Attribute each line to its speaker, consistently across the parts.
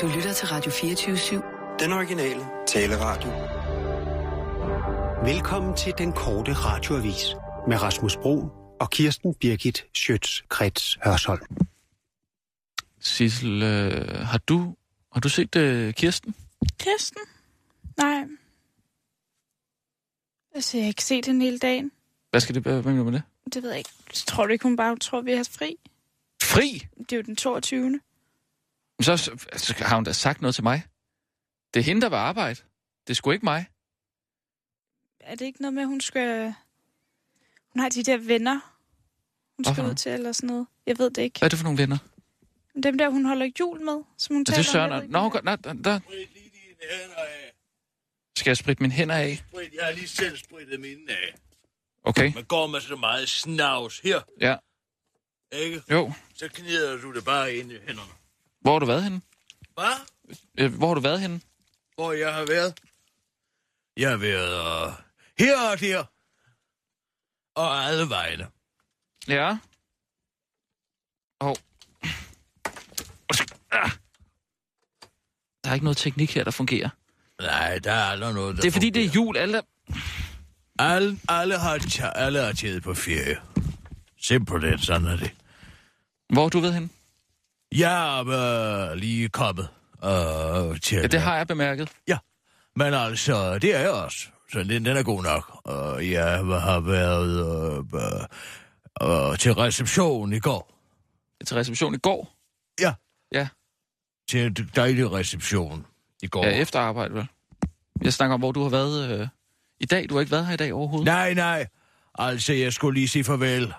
Speaker 1: Du lytter til Radio 24-7.
Speaker 2: Den originale taleradio.
Speaker 3: Velkommen til den korte radioavis med Rasmus Bro og Kirsten Birgit Schøtz-Krets Hørsholm.
Speaker 4: Sissel, øh, har du har du set øh, Kirsten?
Speaker 5: Kirsten? Nej. Altså, jeg har ikke set hende hele dagen.
Speaker 4: Hvad skal det hvad mener du med det?
Speaker 5: Det ved jeg ikke. Så tror du ikke, hun bare tror, vi har fri?
Speaker 4: Fri?
Speaker 5: Det er jo den 22.
Speaker 4: Men Så, så altså, har hun da sagt noget til mig. Det er hende, der var arbejde. Det er sgu ikke mig.
Speaker 5: Er det ikke noget med, at hun skal... Hun har de der venner, hun skal
Speaker 4: Hvorfor?
Speaker 5: ud til, eller sådan noget. Jeg ved det ikke.
Speaker 4: Hvad er det for nogle venner?
Speaker 5: Men Dem der, hun holder jul med, som hun
Speaker 4: Er
Speaker 5: taler
Speaker 4: det Søren?
Speaker 5: om. jeg
Speaker 4: og-
Speaker 5: ved
Speaker 4: Nå,
Speaker 5: ikke,
Speaker 4: godt, nej, der, der.
Speaker 6: Sprit lige dine hænder af.
Speaker 4: Skal jeg spritte mine hænder af?
Speaker 6: Sprit, jeg har lige selv spritet mine af.
Speaker 4: Okay,
Speaker 6: Man går med så meget snavs her,
Speaker 4: ja.
Speaker 6: ikke?
Speaker 4: Jo.
Speaker 6: Så knider du det bare ind i hænderne.
Speaker 4: Hvor har du været henne?
Speaker 6: Hvad?
Speaker 4: Øh, Hvor har du været henne?
Speaker 6: Hvor jeg har været? Jeg har været øh, her og der. Og alle vegne.
Speaker 4: Ja. Og... Ah. Der er ikke noget teknik her, der fungerer.
Speaker 6: Nej, der er aldrig noget, der
Speaker 4: Det er fordi, det er
Speaker 6: fungerer.
Speaker 4: jul. Alle...
Speaker 6: Alle, alle, har, tja- alle har taget på ferie. Simpelthen sådan er det.
Speaker 4: Hvor har du ved henne?
Speaker 6: Jeg er øh, lige kommet øh, til...
Speaker 4: Ja, det har jeg bemærket.
Speaker 6: Men altså, det er jeg også. Så den, den er god nok. Og jeg har været øh, øh, til reception i går.
Speaker 4: Til reception i går.
Speaker 6: Til en dejlig reception i går.
Speaker 4: Ja, efter arbejde, vel? Jeg snakker om, hvor du har været øh, i dag. Du har ikke været her i dag overhovedet.
Speaker 6: nej, nej. Altså, jeg skulle lige sige farvel.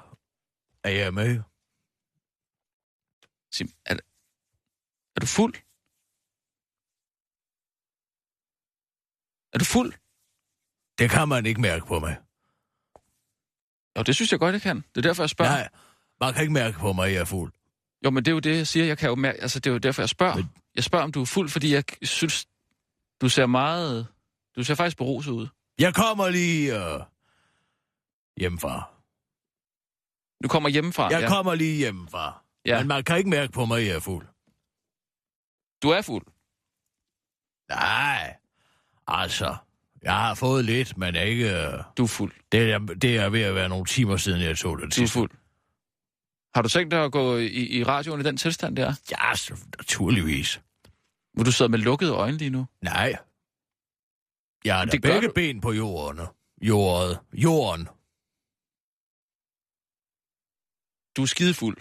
Speaker 6: Er jeg med?
Speaker 4: Sim, er, er du fuld? Er du fuld?
Speaker 6: Det kan man ikke mærke på mig.
Speaker 4: Jo, det synes jeg godt, jeg kan. Det er derfor, jeg spørger.
Speaker 6: Nej, man kan ikke mærke på mig, at jeg er fuld.
Speaker 4: Jo, men det er jo det, jeg siger. Jeg kan jo mærke, altså, det er jo derfor, jeg spørger.
Speaker 6: Men-
Speaker 4: Jeg spørger, om du er fuld, fordi jeg synes, du ser meget... Du ser faktisk beruset ud.
Speaker 6: Jeg kommer lige øh, hjemmefra.
Speaker 4: Du kommer hjemmefra.
Speaker 6: Jeg
Speaker 4: Ah, ja.
Speaker 6: kommer lige hjemmefra.
Speaker 4: Ja.
Speaker 6: Men man kan ikke mærke på mig, at jeg er fuld.
Speaker 4: Du er fuld.
Speaker 6: Nej, altså, jeg har fået lidt, men ikke... øh,
Speaker 4: Du er fuld.
Speaker 6: Det er, det er ved at være nogle timer siden, jeg tog det
Speaker 4: Du er
Speaker 6: sidst.
Speaker 4: fuld. Har du tænkt dig at gå i, i radioen i den tilstand der?
Speaker 6: Ja, så- naturligvis.
Speaker 4: Hvor du sidder med lukkede øjne lige nu?
Speaker 6: Nej. Jeg har
Speaker 4: Men
Speaker 6: da
Speaker 4: det gør
Speaker 6: begge
Speaker 4: du-
Speaker 6: ben på jorden. Jorden. Jorden.
Speaker 4: Du er skidefuld.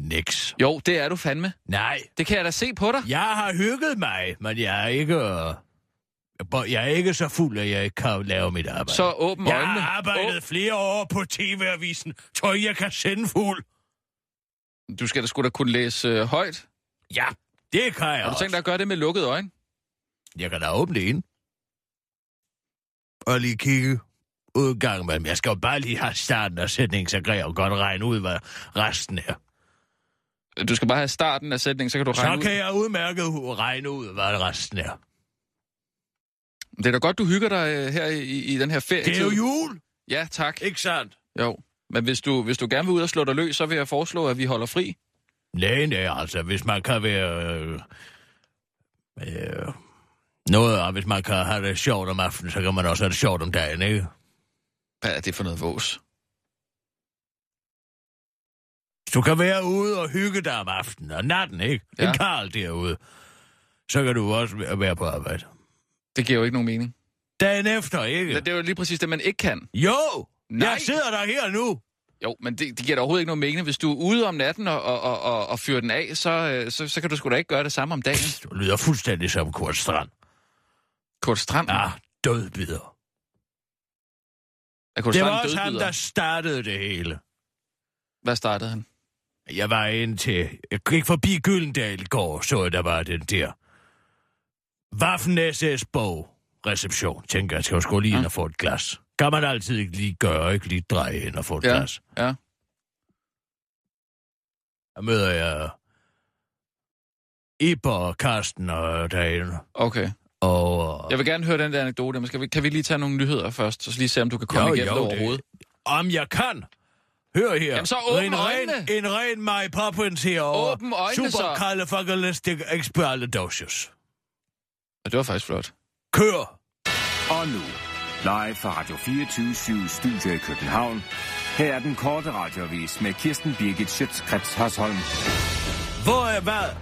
Speaker 6: Niks.
Speaker 4: Jo, det er du fandme.
Speaker 6: Nej.
Speaker 4: Det kan jeg da se på dig.
Speaker 6: Jeg har hygget mig, men jeg er ikke... øh, bo- Jeg er ikke så fuld, at jeg ikke kan lave mit arbejde.
Speaker 4: Så åbn
Speaker 6: jeg
Speaker 4: øjnene.
Speaker 6: har arbejdet flere år på TV-avisen. Tror I, jeg kan sende fuld?
Speaker 4: Åbn- Du skal da sgu da kunne læse øh, højt.
Speaker 6: Ja, det kan jeg
Speaker 4: Har du
Speaker 6: også.
Speaker 4: tænkt dig at gøre det med lukkede øjne?
Speaker 6: Jeg kan da åbne det ind. Og lige kigge ud en gang imellem. Jeg skal jo bare lige have starten af sætningen, så kan jeg jo godt regne ud, hvad resten er.
Speaker 4: Du skal bare have starten af sætningen, så kan du regne
Speaker 6: Så
Speaker 4: ud.
Speaker 6: kan jeg udmærket hu- regne ud, hvad resten er.
Speaker 4: Det er da godt, du hygger dig øh, her i, i den her ferie.
Speaker 6: Det er jo jul,
Speaker 4: Ja, tak.
Speaker 6: ikke sandt?
Speaker 4: Jo. Men hvis du, hvis du gerne vil ud og slå dig løs, så vil jeg foreslå, at vi holder fri.
Speaker 6: Nej, nej, altså, hvis man kan være... Øh, øh, noget, og hvis man kan have det sjovt om aftenen, så kan man også have det sjovt om dagen, ikke?
Speaker 4: Hvad er det for noget vås?
Speaker 6: Du kan være ude og hygge dig om aftenen og natten, ikke? Ja.
Speaker 4: Ja.
Speaker 6: En karl derude. Så kan du også væ- være på arbejde.
Speaker 4: Det giver jo ikke nogen mening.
Speaker 6: Dagen efter, ikke?
Speaker 4: Ja. Det er jo lige præcis det, man ikke kan.
Speaker 6: Jo!
Speaker 4: Nej.
Speaker 6: Nej. Jeg sidder der her nu.
Speaker 4: Jo, men det, det giver da overhovedet ikke nogen mening. Hvis du er ude om natten og, og, og, og, og fyrer den af, så, øh, så, så kan du sgu da ikke gøre det samme om dagen.
Speaker 6: Du lyder fuldstændig som Kurt Strand.
Speaker 4: Kurt Strand.
Speaker 6: Ah, dødbider.
Speaker 4: Er Kurt
Speaker 6: Det
Speaker 4: Strand
Speaker 6: var også ham,
Speaker 4: dødbyder?
Speaker 6: der startede det hele.
Speaker 4: Hvad startede han?
Speaker 6: Jeg var ind til... Jeg gik forbi Gyldendal i går, så jeg, der var den der. Waffen SS bog. Reception. Tænker, jeg skal jo sgu lige ind og få et glas. Kan man altid ikke lige gøre, ikke lige dreje ind og få et
Speaker 4: Ja.
Speaker 6: glas.
Speaker 4: Ja.
Speaker 6: Der møder jeg Iber og Karsten og derinde.
Speaker 4: Okay.
Speaker 6: Og,
Speaker 4: Jeg vil gerne høre den der anekdote, men skal vi, kan vi lige tage nogle nyheder først, så lige se, om du kan komme
Speaker 6: Jo,
Speaker 4: igennem
Speaker 6: jo,
Speaker 4: det
Speaker 6: det-
Speaker 4: overhovedet?
Speaker 6: Om jeg kan? Hør her.
Speaker 4: Jamen, så åbn
Speaker 6: en
Speaker 4: øjnene.
Speaker 6: Ren, en ren Mary Poppins herovre.
Speaker 4: Åbn øjnene, så.
Speaker 6: Super kalde fakalistik expialidocious.
Speaker 4: Og det var faktisk flot.
Speaker 6: Kør.
Speaker 7: Og nu, live fra Radio 24 Studio i København. Her er den korte radiovis med Kirsten Birgit Schøtzgrads Hasholm.
Speaker 6: Hvor er hvad?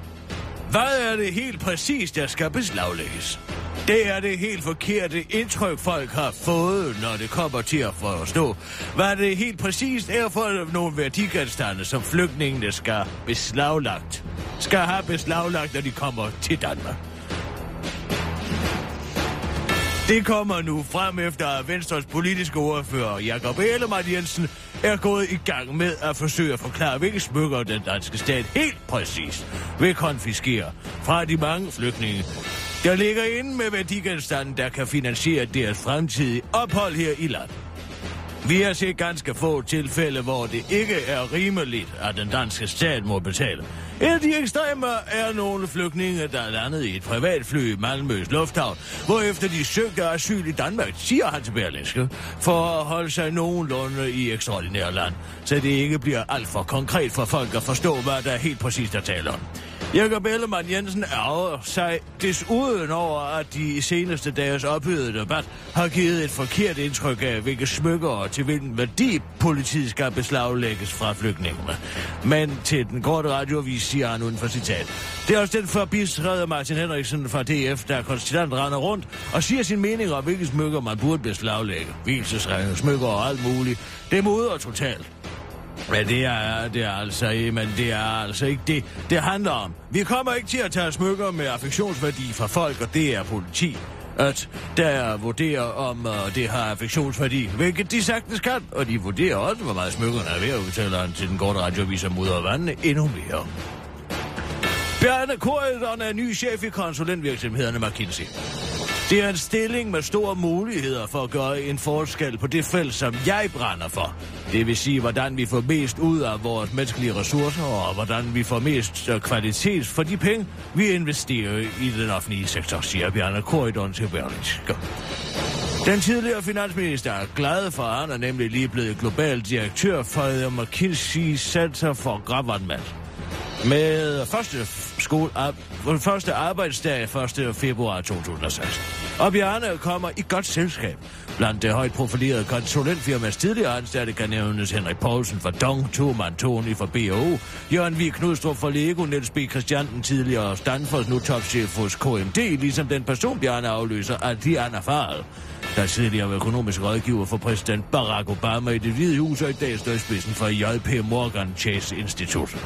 Speaker 6: Hvad er det helt præcis, der skal beslaglægges? Det er det helt forkerte indtryk, folk har fået, når det kommer til at forstå, hvad det helt præcis er for nogle værdigenstande, som flygtningene skal beslaglagt. Skal have beslaglagt, når de kommer til Danmark. Det kommer nu frem efter, at Venstres politiske ordfører Jakob Ellemann Jensen er gået i gang med at forsøge at forklare, hvilke smykker den danske stat helt præcis vil konfiskere fra de mange flygtninge, der ligger inde med værdigenstanden, der kan finansiere deres fremtidige ophold her i landet. Vi har set ganske få tilfælde, hvor det ikke er rimeligt, at den danske stat må betale. Et af de ekstremer er nogle flygtninge, der landede i et privatfly i Malmøs lufthavn, hvorefter de søgte asyl i Danmark, siger han til Berlingske, for at holde sig nogenlunde i ekstraordinær land, så det ikke bliver alt for konkret for folk at forstå, hvad der helt præcist er tale om. Jakob Ellemann Jensen ærger sig desuden over, at de seneste dages ophedede debat har givet et forkert indtryk af, hvilke smykker og til hvilken værdi politiet skal beslaglægges fra flygtningene. Men til den korte radioavis siger han uden for citat. Det er også den forbistrede Martin Henriksen fra DF, der konstant render rundt og siger sin mening om, hvilke smykker man burde beslaglægge. Hvilsesringe, smykker og alt muligt. Det modrer totalt. Men det er det er altså ikke, men det er altså ikke det, det handler om. Vi kommer ikke til at tage smykker med affektionsværdi fra folk, og det er politi at der vurderer, om uh, det har affektionsværdi, hvilket de sagtens kan, og de vurderer også, hvor meget smykkerne er ved, udtaler han til den korte radioavis om ud af vandene endnu mere. Bjarne Korydon er ny chef i konsulentvirksomhederne McKinsey. Det er en stilling med store muligheder for at gøre en forskel på det felt, som jeg brænder for. Det vil sige, hvordan vi får mest ud af vores menneskelige ressourcer, og hvordan vi får mest øh, kvalitet for de penge, vi investerer i den offentlige sektor, siger Bjarne Korydon til Berlingske. Den tidligere finansminister er glad for, at han er nemlig lige blevet global direktør for McKinsey Center for Government. Med første, f- skole, ar, første arbejdsdag 1. februar 2016. Og Bjarne kommer i godt selskab. Blandt det højt profilerede konsulentfirmas tidligere ansatte kan nævnes Henrik Poulsen fra Dong, Thurman Tony fra BO, Jørgen Vig Knudstrup fra Lego, Niels B. Christiansen tidligere Stanford, nu topchef hos KMD, ligesom den person Bjarne afløser, at de er erfaret der tidligere var økonomisk rådgiver for præsident Barack Obama i det hvide hus, og i dag står i spidsen for J.P. Morgan Chase Institut.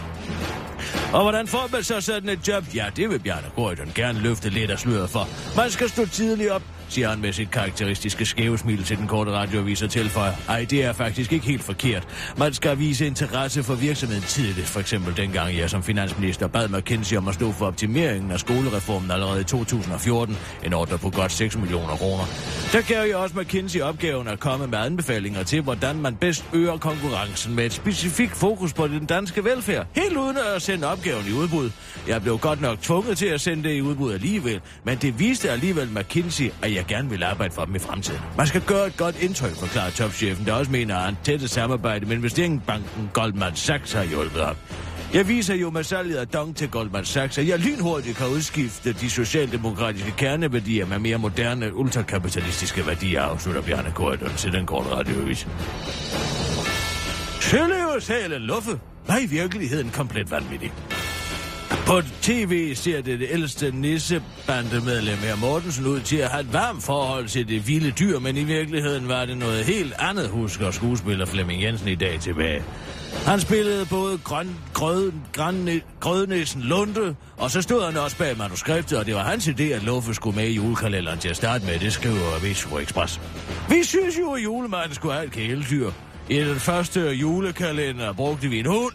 Speaker 6: Og hvordan får man så sådan et job? Ja, det vil Bjarne Gordon gerne løfte lidt af sløret for. Man skal stå tidligt op, siger han med sit karakteristiske skæve smil til den korte radioavis og tilføjer. Ej, det er faktisk ikke helt forkert. Man skal vise interesse for virksomheden tidligt. For eksempel dengang jeg som finansminister bad McKinsey om at stå for optimeringen af skolereformen allerede i 2014. En ordre på godt 6 millioner kroner. Der gav jeg også McKinsey opgaven at komme med anbefalinger til, hvordan man bedst øger konkurrencen med et specifikt fokus på den danske velfærd. Helt uden at sende opgaven i udbud. Jeg blev godt nok tvunget til at sende det i udbud alligevel, men det viste alligevel McKinsey, at jeg gerne vil arbejde for dem i fremtiden. Man skal gøre et godt indtryk, forklarer topchefen, der også mener, at han tætte samarbejde med investeringsbanken Goldman Sachs har hjulpet ham. Jeg viser jo med salget af Dong til Goldman Sachs, at jeg lynhurtigt kan udskifte de socialdemokratiske kerneværdier med mere moderne, ultrakapitalistiske værdier, afslutter Bjarne Korydon til den korte radiovis. Sjøløves hele luffe var i virkeligheden komplet vanvittig. På tv ser det, det ældste nissebandemedlem her Mortensen ud til at have et varmt forhold til det vilde dyr, men i virkeligheden var det noget helt andet, husker skuespiller Flemming Jensen i dag tilbage. Han spillede både grøn, grøden, grønne, grødnæsen Lunde, og så stod han også bag manuskriptet, og det var hans idé, at Luffe skulle med i julekalenderen til at starte med, det skriver Avisur Express. Vi synes jo, at julemanden skulle have et kæledyr. I den første julekalender brugte vi en hund,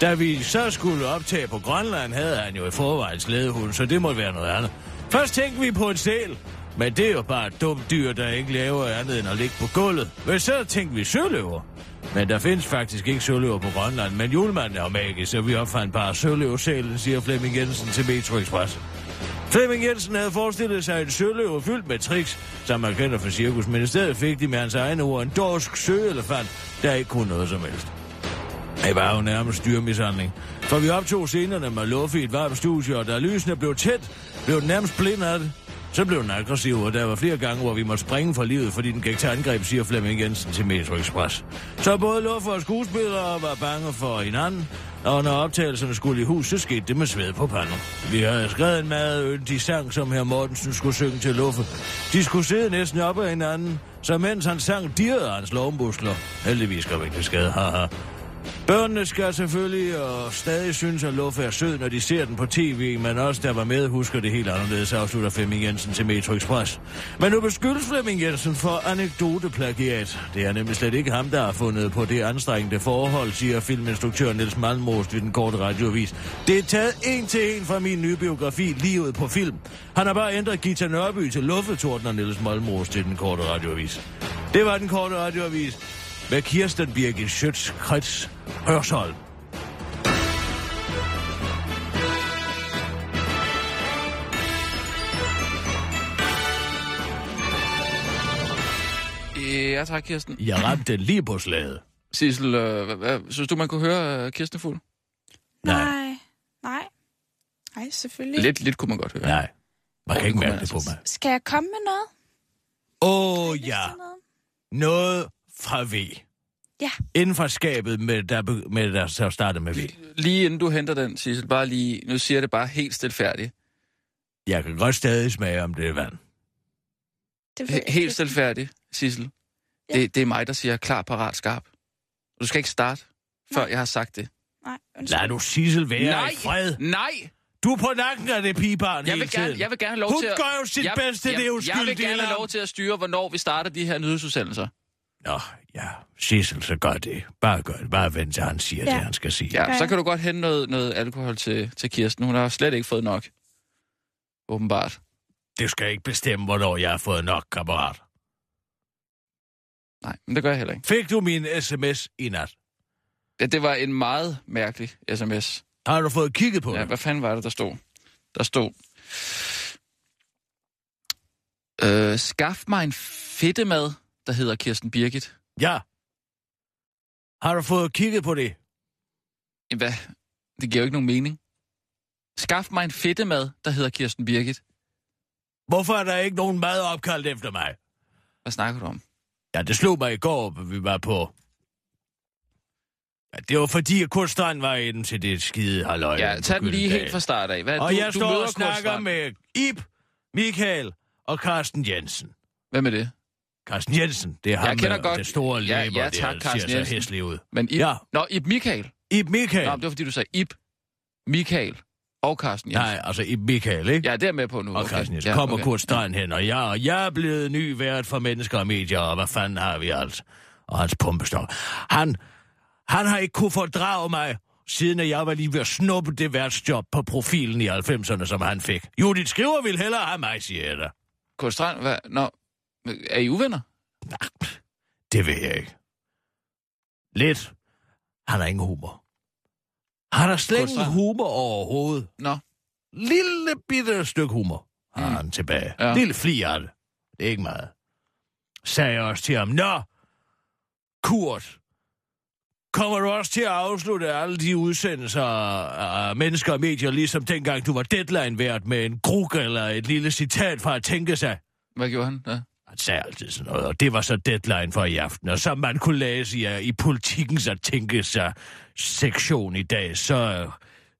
Speaker 6: da vi så skulle optage på Grønland, havde han jo i forvejen slædehund, så det måtte være noget andet. Først tænkte vi på en sæl, men det er jo bare et dumt dyr, der ikke laver andet end at ligge på gulvet. Men så tænkte vi søløver. Men der findes faktisk ikke søløver på Grønland, men julemanden er jo magisk, så vi opfandt bare søløvsælen, siger Flemming Jensen til Metro Express. Flemming Jensen havde forestillet sig en søløve fyldt med tricks, som man kender fra cirkus, men i stedet fik de med hans egne ord en dorsk søelefant, der ikke kunne noget som helst. Det var jo nærmest dyrmishandling. For vi optog scenerne med Luffy i et varmt studie, og da lysene blev tæt, blev den nærmest blind af det. Så blev den aggressiv, og der var flere gange, hvor vi måtte springe for livet, fordi den gik til angreb, siger Flemming Jensen til Metro Express. Så både Luffy og skuespillere var bange for hinanden, og når optagelserne skulle i hus, så skete det med sved på panden. Vi havde skrevet en meget yndig sang, som her Mortensen skulle synge til Luffe. De skulle sidde næsten op ad hinanden, så mens han sang, dirrede hans lovmuskler. Heldigvis kom ikke til skade, haha. Børnene skal selvfølgelig og stadig synes, at Luffe er sød, når de ser den på tv, men også der var med, husker det helt anderledes, afslutter Flemming Jensen til Metro Express. Men nu beskyldes Flemming Jensen for anekdoteplagiat. Det er nemlig slet ikke ham, der har fundet på det anstrengende forhold, siger filminstruktør Niels Malmrost ved den korte radioavis. Det er taget en til en fra min nye biografi, Livet på film. Han har bare ændret Gita Nørby til Luffe, tordner Niels Malmrost til den korte radioavis. Det var den korte radioavis med Kirsten Birgit Schøtz Krets Hørsholm.
Speaker 4: Ja, tak, Kirsten.
Speaker 6: Jeg ramte lige på slaget.
Speaker 4: Sissel, øh, hvad, hvad, synes du, man kunne høre øh, Kirsten Fugl?
Speaker 6: Nej.
Speaker 5: Nej. Nej. Nej, selvfølgelig.
Speaker 4: Lidt, lidt kunne man godt høre.
Speaker 6: Nej, man kan ikke mærke det på mig.
Speaker 5: Skal jeg komme med noget?
Speaker 6: Åh oh,
Speaker 5: Hvis
Speaker 6: ja,
Speaker 5: der er noget?
Speaker 6: noget fra V.
Speaker 5: Ja.
Speaker 6: Inden for skabet, med, der, be- med, der så starter med V.
Speaker 4: Lige inden du henter den, Sissel, bare lige, nu siger jeg det bare helt stilfærdigt.
Speaker 6: Jeg kan godt stadig smage, om det er vand.
Speaker 5: Det ved
Speaker 4: He-
Speaker 5: jeg
Speaker 4: helt
Speaker 5: ikke.
Speaker 4: stilfærdigt, Sissel.
Speaker 5: Ja.
Speaker 4: Det, det er mig, der siger klar, parat, skarp. Du skal ikke starte, før jeg har sagt det.
Speaker 5: Nej, undskyld.
Speaker 6: Lad du Sissel være
Speaker 4: Nej!
Speaker 6: i fred.
Speaker 4: Nej!
Speaker 6: Du er på nakken af det pigebarn
Speaker 4: Jeg
Speaker 6: hele
Speaker 4: vil, gerne,
Speaker 6: tiden.
Speaker 4: jeg vil gerne have lov
Speaker 6: Hun
Speaker 4: til at...
Speaker 6: gør jo sit
Speaker 4: jeg,
Speaker 6: bedste, det er
Speaker 4: Jeg vil
Speaker 6: uskyldige
Speaker 4: gerne have
Speaker 6: lam.
Speaker 4: lov til at styre, hvornår vi starter de her nyhedsudsendelser.
Speaker 6: Nå, ja, Sissel, så gør det. Bare gør det. Bare vent til, han siger
Speaker 5: Ja.
Speaker 6: det, han skal sige.
Speaker 4: Ja,
Speaker 5: Ja.
Speaker 4: så kan du godt hente noget, noget alkohol til, til Kirsten. Hun har slet ikke fået nok. Åbenbart.
Speaker 6: Det skal ikke bestemme, hvornår jeg har fået nok, kammerat.
Speaker 4: Nej, men det gør jeg heller ikke.
Speaker 6: Fik du min sms i nat?
Speaker 4: Ja, det var en meget mærkelig sms.
Speaker 6: Har du fået kigget på
Speaker 4: Ja,
Speaker 6: den?
Speaker 4: hvad fanden var det, der stod? Der stod... Øh, skaf mig en fedtemad, der hedder Kirsten Birgit.
Speaker 6: Ja. Har du fået kigget på det?
Speaker 4: Jamen, Hvad? Det giver jo ikke nogen mening. Skaf mig en fedtemad, der hedder Kirsten Birgit.
Speaker 6: Hvorfor er der ikke nogen mad opkaldt efter mig?
Speaker 4: Hvad snakker du om?
Speaker 6: Ja, det slog mig i går, hvor vi var på... Ja, det var fordi, at Kurt Strand var inde til det skide halløj.
Speaker 4: Ja,
Speaker 6: på
Speaker 4: tag den lige
Speaker 6: Gyldendal.
Speaker 4: helt fra start af. Hvad,
Speaker 6: Og
Speaker 4: du,
Speaker 6: jeg
Speaker 4: du
Speaker 6: står
Speaker 4: møder
Speaker 6: og
Speaker 4: Kurt Strand.
Speaker 6: snakker med Ib, Michael og Carsten Jensen.
Speaker 4: Hvem er det?
Speaker 6: Carsten Jensen, det er ham
Speaker 4: kender
Speaker 6: med
Speaker 4: godt-
Speaker 6: det store
Speaker 4: Ja,
Speaker 6: læber,
Speaker 4: ja, tak,
Speaker 6: der
Speaker 4: Carsten
Speaker 6: ser så
Speaker 4: Jensen.
Speaker 6: hæslig ud.
Speaker 4: Men Ib...
Speaker 6: Ja.
Speaker 4: Nå, Ib Michael.
Speaker 6: Ib Michael.
Speaker 4: Nå, men det var fordi, du sagde Ib, Michael og Carsten Jensen.
Speaker 6: Nej, altså Ib Michael, ikke?
Speaker 4: Ja, det er jeg med på nu.
Speaker 6: Og Carsten Jensen. Kommer Kurt Stein hen, og jeg, og jeg er blevet ny vært for mennesker og medier, og hvad fanden har vi alt? Og hans pumpestok. Han, han har ikke kunne fordrage mig, siden at jeg var lige ved at snuppe det værtsjob på profilen i 90'erne, som han fik. Judith Skriver ville hellere have mig, siger jeg da.
Speaker 4: Kurt Strand, hvad? Nå, er I uvenner?
Speaker 6: Det ved jeg ikke. Lidt. Han har ingen humor. Han har slet
Speaker 4: Kurt
Speaker 6: ingen
Speaker 4: Strand.
Speaker 6: humor overhovedet.
Speaker 4: Nå.
Speaker 6: lille bitte stykke humor har
Speaker 4: Mm.
Speaker 6: han tilbage.
Speaker 4: Ja.
Speaker 6: Ja. Lille flir af det. Det er ikke meget. Sagde jeg også til ham, Nå, Kurt, kommer du også til at afslutte alle de udsendelser af af mennesker og medier, ligesom dengang du var deadline-vært med en gruk eller et lille citat fra at tænke sig?
Speaker 4: Hvad gjorde han? Ja.
Speaker 6: Han sagde altid sådan noget, og det var så deadline for i aften. Og som man kunne læse i, i politikens at tænke sig sektion i dag, så... øh,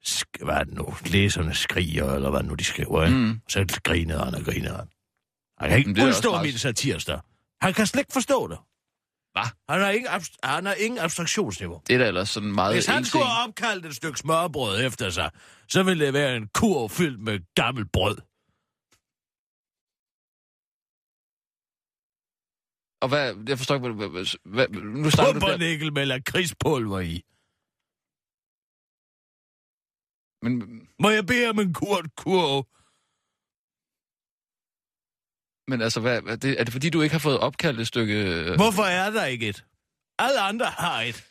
Speaker 6: Sk- hvad er det nu? Læserne skriger, eller hvad nu de skriver, ikke? Mm.
Speaker 4: Mm.
Speaker 6: Så grinede han og grinede han. Han kan
Speaker 4: Men det
Speaker 6: ikke
Speaker 4: er
Speaker 6: udstå
Speaker 4: også træls.
Speaker 6: min satirster. Han kan slet ikke forstå det. Hvad? Han har ingen, abst- han har ingen abstraktionsniveau.
Speaker 4: Det er da ellers sådan meget
Speaker 6: Hvis han
Speaker 4: en
Speaker 6: skulle
Speaker 4: ting.
Speaker 6: have opkaldt et stykke smørbrød efter sig, så ville det være en kurv fyldt med gammelt brød.
Speaker 4: Og hvad, jeg forstår ikke, hvad, hvad, hvad nu snakker du der,
Speaker 6: Pumpernikkel med lakridspulver i.
Speaker 4: men,
Speaker 6: Må jeg bede om en kurt kurv?
Speaker 4: men altså, hvad, er, det, er det fordi, du ikke har fået opkaldt et stykke... øh,
Speaker 6: Hvorfor er der ikke et? Alle andre har et.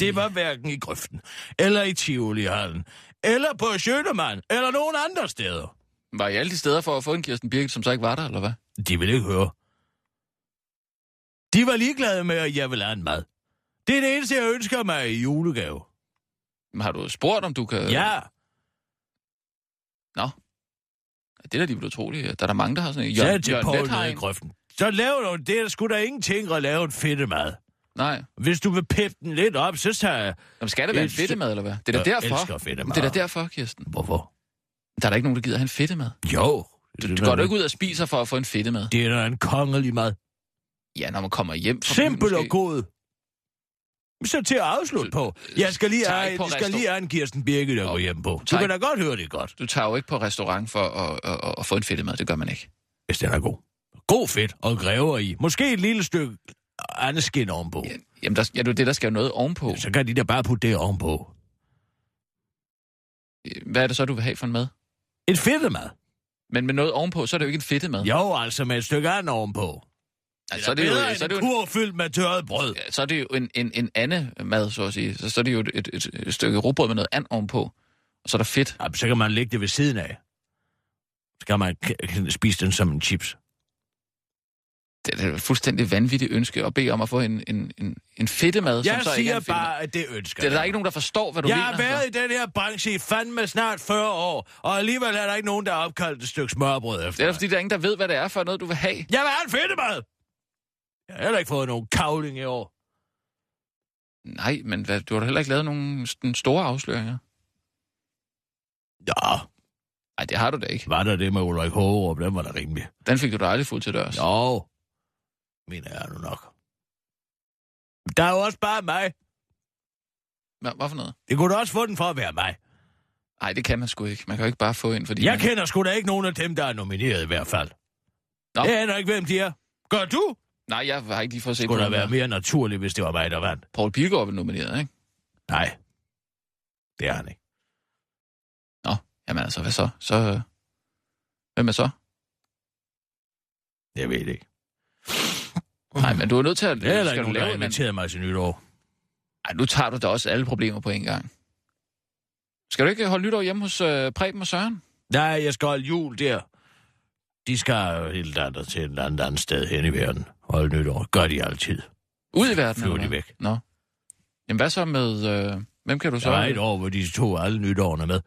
Speaker 6: Det var hverken i grøften, eller i Tivolihallen, eller på Sjønemann, eller nogen andre steder.
Speaker 4: Var I alle de steder for at få en Kirsten Birgit, som så ikke var der, eller hvad?
Speaker 6: De vil ikke høre. De var ligeglade med, at jeg ville have en mad. Det er det eneste, jeg ønsker mig i julegave.
Speaker 4: Men Har du spurgt, om du kan...
Speaker 6: Ja,
Speaker 4: Det er da lige blevet utroligt. Der er der mange, der har sådan en...
Speaker 6: sagde
Speaker 4: Jørgen,
Speaker 6: til
Speaker 4: Jørgen
Speaker 6: Poul
Speaker 4: Leth har
Speaker 6: nede i
Speaker 4: en.
Speaker 6: grøften. Så lav du det, der skulle der ingenting at lave en fedt mad.
Speaker 4: Nej.
Speaker 6: Hvis du vil peppe den lidt op, så tager jeg...
Speaker 4: Jamen, skal det være en
Speaker 6: Elsker-
Speaker 4: fedtemad, eller hvad? Det er da
Speaker 6: Jeg
Speaker 4: derfor.
Speaker 6: elsker fedtemad.
Speaker 4: Det er da derfor, Kirsten.
Speaker 6: Hvorfor?
Speaker 4: Der er da ikke nogen, der gider have en fedtemad.
Speaker 6: Jo.
Speaker 4: Du, du går da ikke ud og spiser for at få en fedtemad.
Speaker 6: Det er da en kongelig mad.
Speaker 4: Ja, når man kommer hjem fra byen,
Speaker 6: Simpel og
Speaker 4: måske.
Speaker 6: god. Så til at afslutte
Speaker 4: Så-
Speaker 6: på. Jeg skal lige
Speaker 4: Tag
Speaker 6: have,
Speaker 4: ikke på
Speaker 6: jeg skal
Speaker 4: resto.
Speaker 6: lige have en Kirsten Birke, der går hjem på. Du
Speaker 4: Tag
Speaker 6: kan da
Speaker 4: ikke-
Speaker 6: godt høre det godt,
Speaker 4: Du tager jo ikke på restaurant for at, at, at, at få en fedtemad. Det gør man ikke.
Speaker 6: hvis den er god. God fedt og græver i. Måske et lille stykke andeskin ovenpå.
Speaker 4: Ja, Jamen, der, ja, det er jo det, der skal jo noget ovenpå.
Speaker 6: Så kan de da bare putte det ovenpå.
Speaker 4: Hvad er det så, du vil have for en mad?
Speaker 6: Et fedt mad.
Speaker 4: Men med noget ovenpå, så er det jo ikke en fedtemad. Altså,
Speaker 6: Jo, altså med et stykke and ovenpå.
Speaker 4: Ja,
Speaker 6: Så er det bedre så er det
Speaker 4: en,
Speaker 6: kur fyldt med tørret brød.
Speaker 4: ja, så er det jo en, en, en anden mad, så at sige. Så, så er det jo et, et, et, et stykke rugbrød med noget and ovenpå. Og så er der fedt.
Speaker 6: Jamen, så kan man lægge det ved siden af. Så kan man k- k- spise den som en chips.
Speaker 4: Det er da et fuldstændig vanvittigt ønske at bede om at få en, en, en, en fedtemad, som
Speaker 6: Jeg
Speaker 4: så ikke er
Speaker 6: siger
Speaker 4: en fedtemad.
Speaker 6: bare, at det ønsker
Speaker 4: Det er der
Speaker 6: jeg.
Speaker 4: ikke nogen, der forstår, hvad du
Speaker 6: Jeg
Speaker 4: mener. altså.
Speaker 6: har været i den her branche i fandme snart 40 år, og alligevel er der ikke nogen, der har opkaldt et stykke smørbrød
Speaker 4: Det
Speaker 6: efter
Speaker 4: er da,
Speaker 6: mig.
Speaker 4: fordi der er ingen, der ved, hvad det er for noget, du vil have.
Speaker 6: Jeg vil have en fedtemad! Jeg har heller ikke fået nogen kavling i år.
Speaker 4: Nej, men hvad, du har da heller ikke lavet nogen sådan store afsløringer.
Speaker 6: Ja,
Speaker 4: Nej, det har du da ikke.
Speaker 6: var der det med Ulrik Hågerup, den var da rimelig.
Speaker 4: Den fik du da aldrig fuld til dørs.
Speaker 6: Jo, mener jeg nu nok. Der er jo også bare mig.
Speaker 4: Hvad, hvad for noget?
Speaker 6: Det kunne du også få den for at være mig.
Speaker 4: Nej, det kan man sgu ikke. Man kan jo ikke bare få en, fordi...
Speaker 6: Jeg
Speaker 4: man...
Speaker 6: kender sgu da ikke nogen af dem, der er nomineret i hvert fald.
Speaker 4: Nå.
Speaker 6: Jeg aner ikke, hvem de er. Gør du?
Speaker 4: Nej, jeg har ikke lige fået set...
Speaker 6: Det kunne da
Speaker 4: nogen
Speaker 6: være
Speaker 4: af-
Speaker 6: mere naturligt, hvis det var mig, der vandt.
Speaker 4: Poul Pilgaard blev nomineret, ikke?
Speaker 6: Nej. Det er han ikke.
Speaker 4: Jamen altså, hvad så? Så... øh, Hvem er så?
Speaker 6: Jeg ved det ikke.
Speaker 4: Nej, men du er nødt til at...
Speaker 6: Det er heller ikke
Speaker 4: du
Speaker 6: nogen, der har
Speaker 4: en anden-
Speaker 6: inviteret mig til nytår.
Speaker 4: Ej, nu tager du da også alle problemer på en gang. Skal du ikke holde nytår hjemme hos øh, Preben og Søren?
Speaker 6: Nej, jeg skal holde jul der. De skal jo helt andet til et eller andet, andet sted hen i verden. Holde nytår. Gør de altid.
Speaker 4: Ud i verden?
Speaker 6: Flyver
Speaker 4: eller
Speaker 6: de
Speaker 4: hvad?
Speaker 6: væk.
Speaker 4: Nå. Jamen hvad så med... Øh, hvem kan du
Speaker 6: Der
Speaker 4: så...
Speaker 6: var et år, hvor de tog alle nytårene med.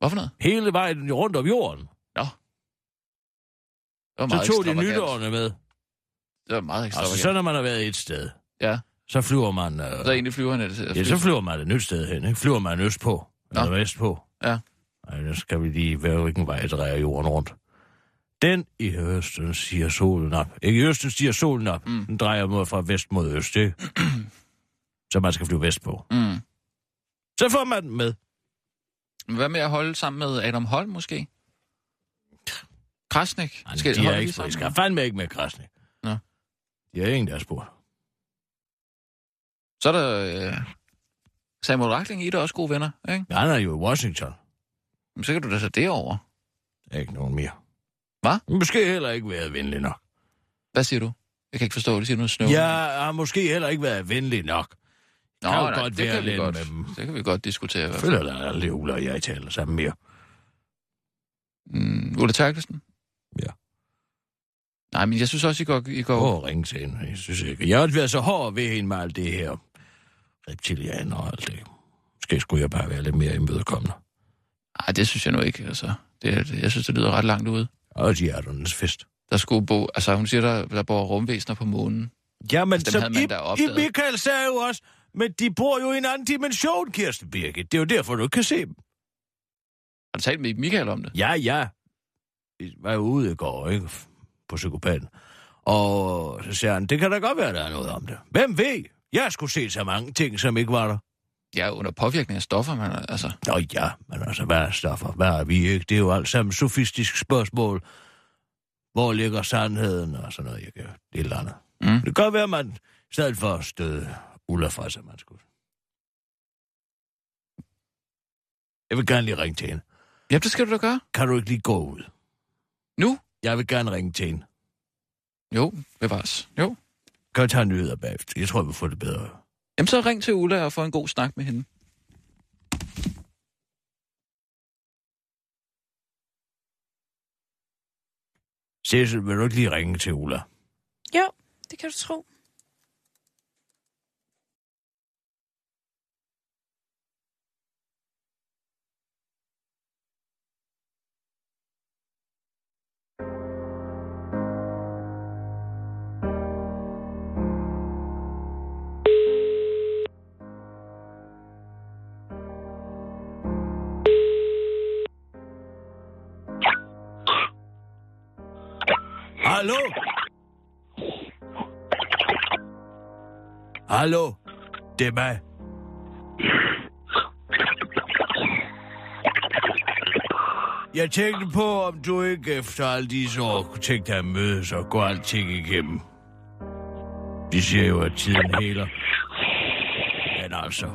Speaker 4: Hvorfor noget?
Speaker 6: Hele vejen rundt om jorden.
Speaker 4: Det var
Speaker 6: Så
Speaker 4: meget
Speaker 6: tog de
Speaker 4: ekstravagant.
Speaker 6: nytårene med.
Speaker 4: Det var meget ekstra.
Speaker 6: Altså, så når man har været et sted,
Speaker 4: Ja.
Speaker 6: så flyver man... Øh,
Speaker 4: Så egentlig flyver han til at
Speaker 6: Ja,
Speaker 4: flyve.
Speaker 6: så flyver man et nyt sted hen, ikke? Flyver man øst på, eller
Speaker 4: Nå.
Speaker 6: vest på.
Speaker 4: Ja.
Speaker 6: Ej, nu skal vi lige være, hvilken vej drejer jorden rundt. Den i østen stiger solen op. Ikke i østen stiger solen op. Mm.
Speaker 4: Mm.
Speaker 6: Den drejer mod fra vest mod øst, ikke? så man skal flyve vest på.
Speaker 4: Mm.
Speaker 6: Så får man den med.
Speaker 4: Men Hvad med at holde sammen med Adam Holm, måske? Krasnik?
Speaker 6: Ej, de
Speaker 4: holde
Speaker 6: er
Speaker 4: vi
Speaker 6: ikke,
Speaker 4: sammen?
Speaker 6: de skal fandme ikke med Krasnik.
Speaker 4: Nå.
Speaker 6: De er ingen, der har spurgt.
Speaker 4: Så er der øh, Samuel Rackling i der også gode venner, ikke?
Speaker 6: Han er jo i Washington.
Speaker 4: Men så kan du da tage det over.
Speaker 6: Der er Ikke nogen mere.
Speaker 4: Hvad?
Speaker 6: Måske heller ikke været venlig nok.
Speaker 4: Hvad siger du? Jeg kan ikke forstå, det siger noget snøv.
Speaker 6: Jeg har måske heller ikke været venlig nok.
Speaker 4: Nå,
Speaker 6: kan jo
Speaker 4: nej,
Speaker 6: godt
Speaker 4: det
Speaker 6: være
Speaker 4: kan vi
Speaker 6: lidt
Speaker 4: godt.
Speaker 6: med dem.
Speaker 4: Det kan vi godt diskutere. i
Speaker 6: Jeg
Speaker 4: hvert fald.
Speaker 6: føler, der er aldrig Ulla og jeg taler sammen mere.
Speaker 4: Mm, Ulla Terkelsen?
Speaker 6: Ja.
Speaker 4: Nej, men jeg synes også, I går... I går...
Speaker 6: Prøv at ringe til hende. Jeg synes ikke. Jeg har også været så hård ved hende med alt det her. Reptilianer og alt det. Måske skulle jeg bare være lidt mere imødekommende.
Speaker 4: Nej, det synes jeg nu ikke, altså. Det, er- jeg synes, det lyder ret langt ude.
Speaker 6: Og de hjerternes fest.
Speaker 4: Der skulle bo... Altså, hun siger, der, der bor rumvæsener på månen.
Speaker 6: Jamen,
Speaker 4: Dem
Speaker 6: som
Speaker 4: havde man
Speaker 6: Ib,
Speaker 4: da
Speaker 6: Ib
Speaker 4: opdaget.
Speaker 6: Michael sagde jo også, men de bor jo i en anden dimension, Kirsten Birgit. Det er jo derfor, du ikke kan se dem.
Speaker 4: Har du talt med Michael om det?
Speaker 6: Ja, ja. Vi var jo ude i går, ikke? På psykopaten. Og så siger han, det kan da godt være, der er noget om det. Hvem ved? Jeg skulle se så mange ting, som ikke var der.
Speaker 4: Jeg er under påvirkning af stoffer, man. Altså,
Speaker 6: Nå ja, men altså, hvad er stoffer? Hvad er vi ikke? Det er jo alt sammen sofistisk spørgsmål. Hvor ligger sandheden og sådan noget, jeg kan det eller andet.
Speaker 4: Mm.
Speaker 6: Det kan godt være, at man i stedet for at støde Ulla fra sig, man skulle. Jeg vil gerne lige ringe til hende.
Speaker 4: ja, det skal du da gøre.
Speaker 6: Kan du ikke lige gå ud?
Speaker 4: Nu?
Speaker 6: Jeg vil gerne ringe til hende.
Speaker 4: Jo, bevares. Jo.
Speaker 6: Kan jeg tage nyheder bagefter? Jeg tror, vi får det bedre.
Speaker 4: Jamen, så ring til Ulla og få en god snak med hende.
Speaker 6: Sissel, vil du ikke lige ringe til Ulla?
Speaker 5: Jo, det kan du tro.
Speaker 6: Hallo? Hallo? Det er mig. Jeg tænkte på, om du ikke efter alle disse år kunne tænke dig at mødes og gå alting igennem. De siger jo, at tiden heler. Men altså...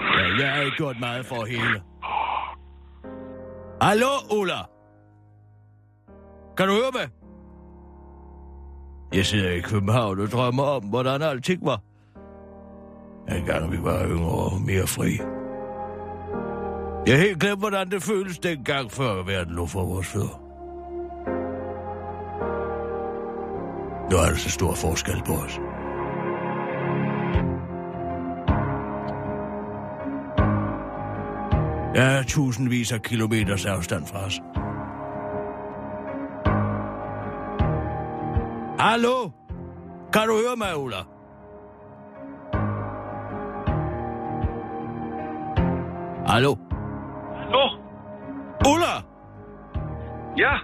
Speaker 6: Ja, jeg har ikke gjort meget for at hele. Hallo, Ulla? Kan du høre mig? Jeg sidder i København og drømmer om, hvordan alting var. En gang vi var yngre og mere fri. Jeg har helt glemt, hvordan det føles dengang, før verden lå for vores fødder. Nu er der så stor forskel på os. Der er tusindvis af kilometers afstand fra os. Hallo? Kan du høre mig, Ulla? Hallo?
Speaker 8: Nå,
Speaker 6: Ulla!
Speaker 8: ja.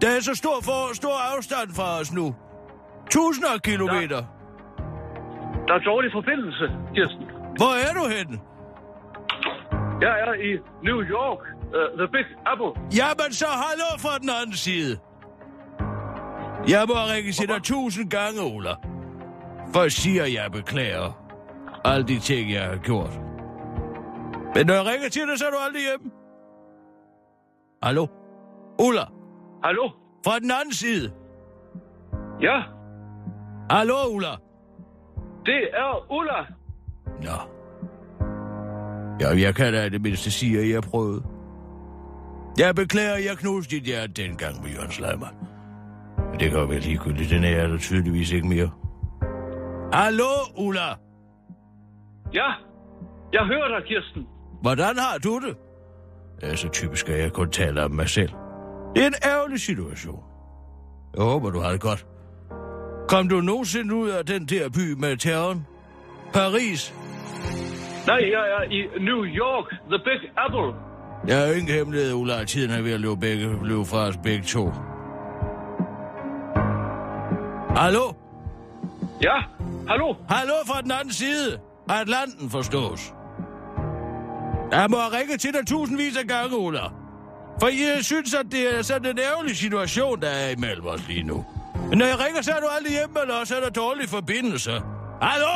Speaker 6: Der er så stor, for, stor afstand fra os nu. Tusinder af kilometer.
Speaker 8: Der er dårlig forbindelse, Kirsten.
Speaker 6: Hvor er du henne?
Speaker 8: Jeg er i New York. Uh, the Big Apple.
Speaker 6: Jamen så hallo fra den anden side. Jeg må ringe til dig tusind gange, Ulla. For jeg siger, jeg beklager alle de ting, jeg har gjort. Men når jeg ringer til dig, så er du aldrig hjemme. Hallo? Ulla,
Speaker 8: Hallo?
Speaker 6: fra den anden side.
Speaker 8: Ja,
Speaker 6: Hallo, Ulla.
Speaker 8: det er Ulla.
Speaker 6: Nå. Ja, jeg kan da i det mindste sige, at jeg prøvede. Jeg beklager, jeg knuste dit hjerte dengang med Jørgen Sleiman. Men det kan jo være ligegyldigt, den er der tydeligvis ikke mere. Hallo, Ulla.
Speaker 8: Ja, jeg hører dig, Kirsten.
Speaker 6: Hvordan har du det? Ja, så typisk at jeg kun taler om mig selv. Det er en ærgerlig situation. Jeg håber, du har det godt. Kom du nogensinde ud af den der by med terroren? Paris?
Speaker 8: Nej, jeg er i New York. The Big Apple.
Speaker 6: Jeg har jo ingen hemmelighed, Ulla. Tiden er ved at løbe, begge, løbe fra os begge to. Hallo?
Speaker 8: Ja, hallo?
Speaker 6: Hallo fra den anden side. Atlanten forstås. Jeg må ringe til dig tusindvis af gange, Ulla. For jeg synes, at det er sådan en ærgerlig situation, der er imellem os lige nu. Men når jeg ringer, så er du aldrig hjemme, eller så er der dårlig forbindelse. Hallo?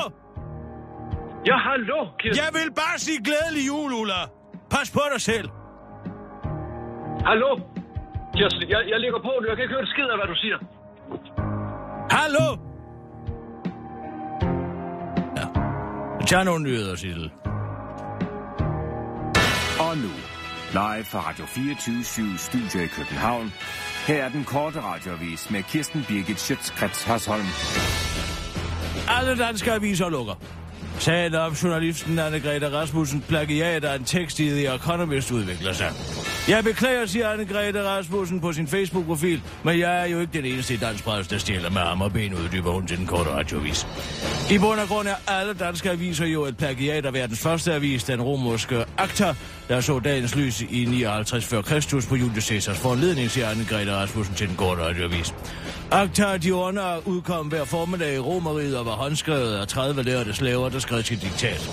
Speaker 8: Ja, hallo, Kirsten.
Speaker 6: Jeg vil bare sige glædelig jul, Ulla. Pas på dig selv.
Speaker 8: Hallo? Kirsten, jeg, jeg ligger på nu. Jeg kan ikke høre en skid af, hvad du siger.
Speaker 6: Hallo? Ja. Tag nogle nyheder, Sissel.
Speaker 7: Og nu, live fra Radio 24 Studio i København. Her er den korte radiovis med Kirsten Birgit Schøtzgrads Hasholm.
Speaker 6: Alle danske aviser lukker. Sagen om journalisten Anne-Grethe Rasmussen plagiat af en tekst i The Economist udvikler sig. Jeg beklager, siger Anne-Grethe Rasmussen på sin Facebook-profil, men jeg er jo ikke den eneste i dansk presse, der stjæler med arm og ben, uddyber hun til den korte radioavis. I bund og grund er alle danske aviser jo et plagiat af verdens første avis, den romerske Akta, der så dagens lys i 59 før Kristus på Julius Caesars foranledning, siger Anne-Grethe Rasmussen til den korte radioavis. Acta Diorna udkom hver formiddag i Romeriet og var håndskrevet af 30 lærte slaver, der skrev til diktat.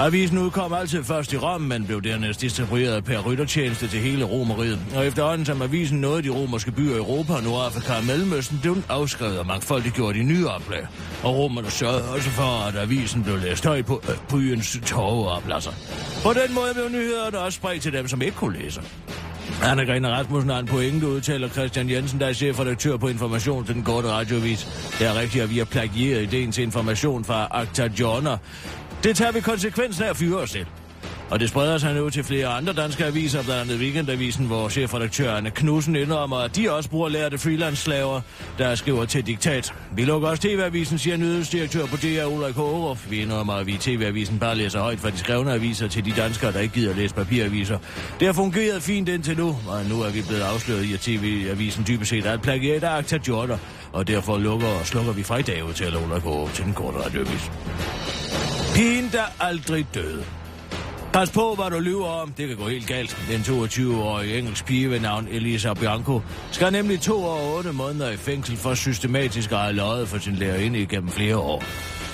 Speaker 6: Avisen udkom altid først i Rom, men blev dernæst distribueret per ryttertjeneste til hele Romeriet. Og efterhånden som avisen nåede de romerske byer i Europa, Nordafrika og Mellemøsten, blev den afskrevet og mangfoldiggjort i nye oplag. Og romerne sørgede også for, at avisen blev læst højt på øh, byens torve og pladser. På den måde blev nyhederne også spredt til dem, som ikke kunne læse. Anna Grene Rasmussen har en pointe, udtaler Christian Jensen, der er chefredaktør på Information til den korte radiovis. Det er rigtigt, at vi har plagieret ideen til information fra Akta Johnner. Det tager vi konsekvensen af at fyre os selv. Og det spreder sig nu til flere andre danske aviser, blandt andet Weekendavisen, hvor chefredaktør Anne Knudsen indrømmer, at de også bruger lærte freelance-slaver, der skriver til diktat. Vi lukker også TV-avisen, siger nyhedsdirektør på DR Ulrik Hårup. Vi indrømmer, at vi i TV-avisen bare læser højt fra de skrevne aviser til de danskere, der ikke gider læse papiraviser. Det har fungeret fint indtil nu, og nu er vi blevet afsløret i, at TV-avisen dybest set er et plagiat af Akta Jordan, og derfor lukker og slukker vi fredag ud til at Ulrik Hårup til den korte radioavis. Pigen, der aldrig døde. Pas på, hvad du lyver om. Det kan gå helt galt. Den 22-årige engelsk pige ved navn Elisa Bianco skal nemlig to år og otte måneder i fængsel for systematisk at have løjet for sin lærerinde igennem flere år.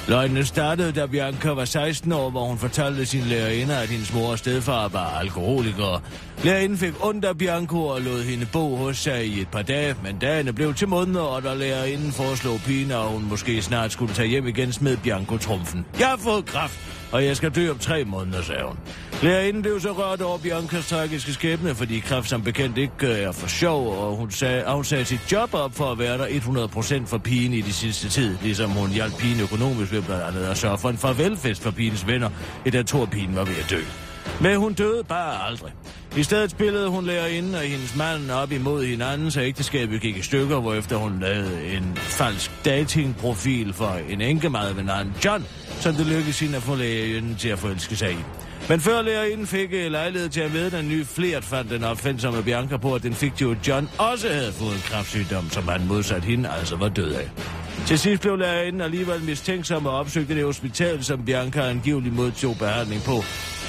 Speaker 6: Løgnene startede, da Bianca var 16 år, hvor hun fortalte sin lærerinde, at hendes mor og stedfar var alkoholikere. Lærerinden fik ondt af Bianco og lod hende bo hos sig i et par dage, men dagene blev til måneder, og da lærerinden foreslog pigen, at hun måske snart skulle tage hjem igen, smed Bianco trumfen. Jeg har fået kraft, og jeg skal dø om tre måneder, sagde hun. Lærerinden blev så rørt over Biancas tragiske skæbne, fordi kræft som bekendt ikke øh, er for sjov, og hun sagde, at hun sagde sit job op for at være der 100% for pigen i de sidste tid, ligesom hun hjalp pigen økonomisk ved blandt andet at sørge for en farvelfest for pigens venner, et da to pigen var ved at dø. Men hun døde bare aldrig. I stedet spillede hun lærerinden og hendes mand op imod hinanden, så ægteskabet gik i stykker, hvorefter hun lavede en falsk datingprofil for en enkemad ved navn John, som det lykkedes hende at få lærerinden til at forelske sig i. Men før lærerinden fik øh, lejlighed til at vide den nye flert, fandt den opfindsomme Bianca på, at den fiktive John også havde fået en kræftsygdom, som han modsat hende altså var død af. Til sidst blev lærerinden alligevel mistænksom og opsøgte det hospital, som Bianca angiveligt modtog behandling på.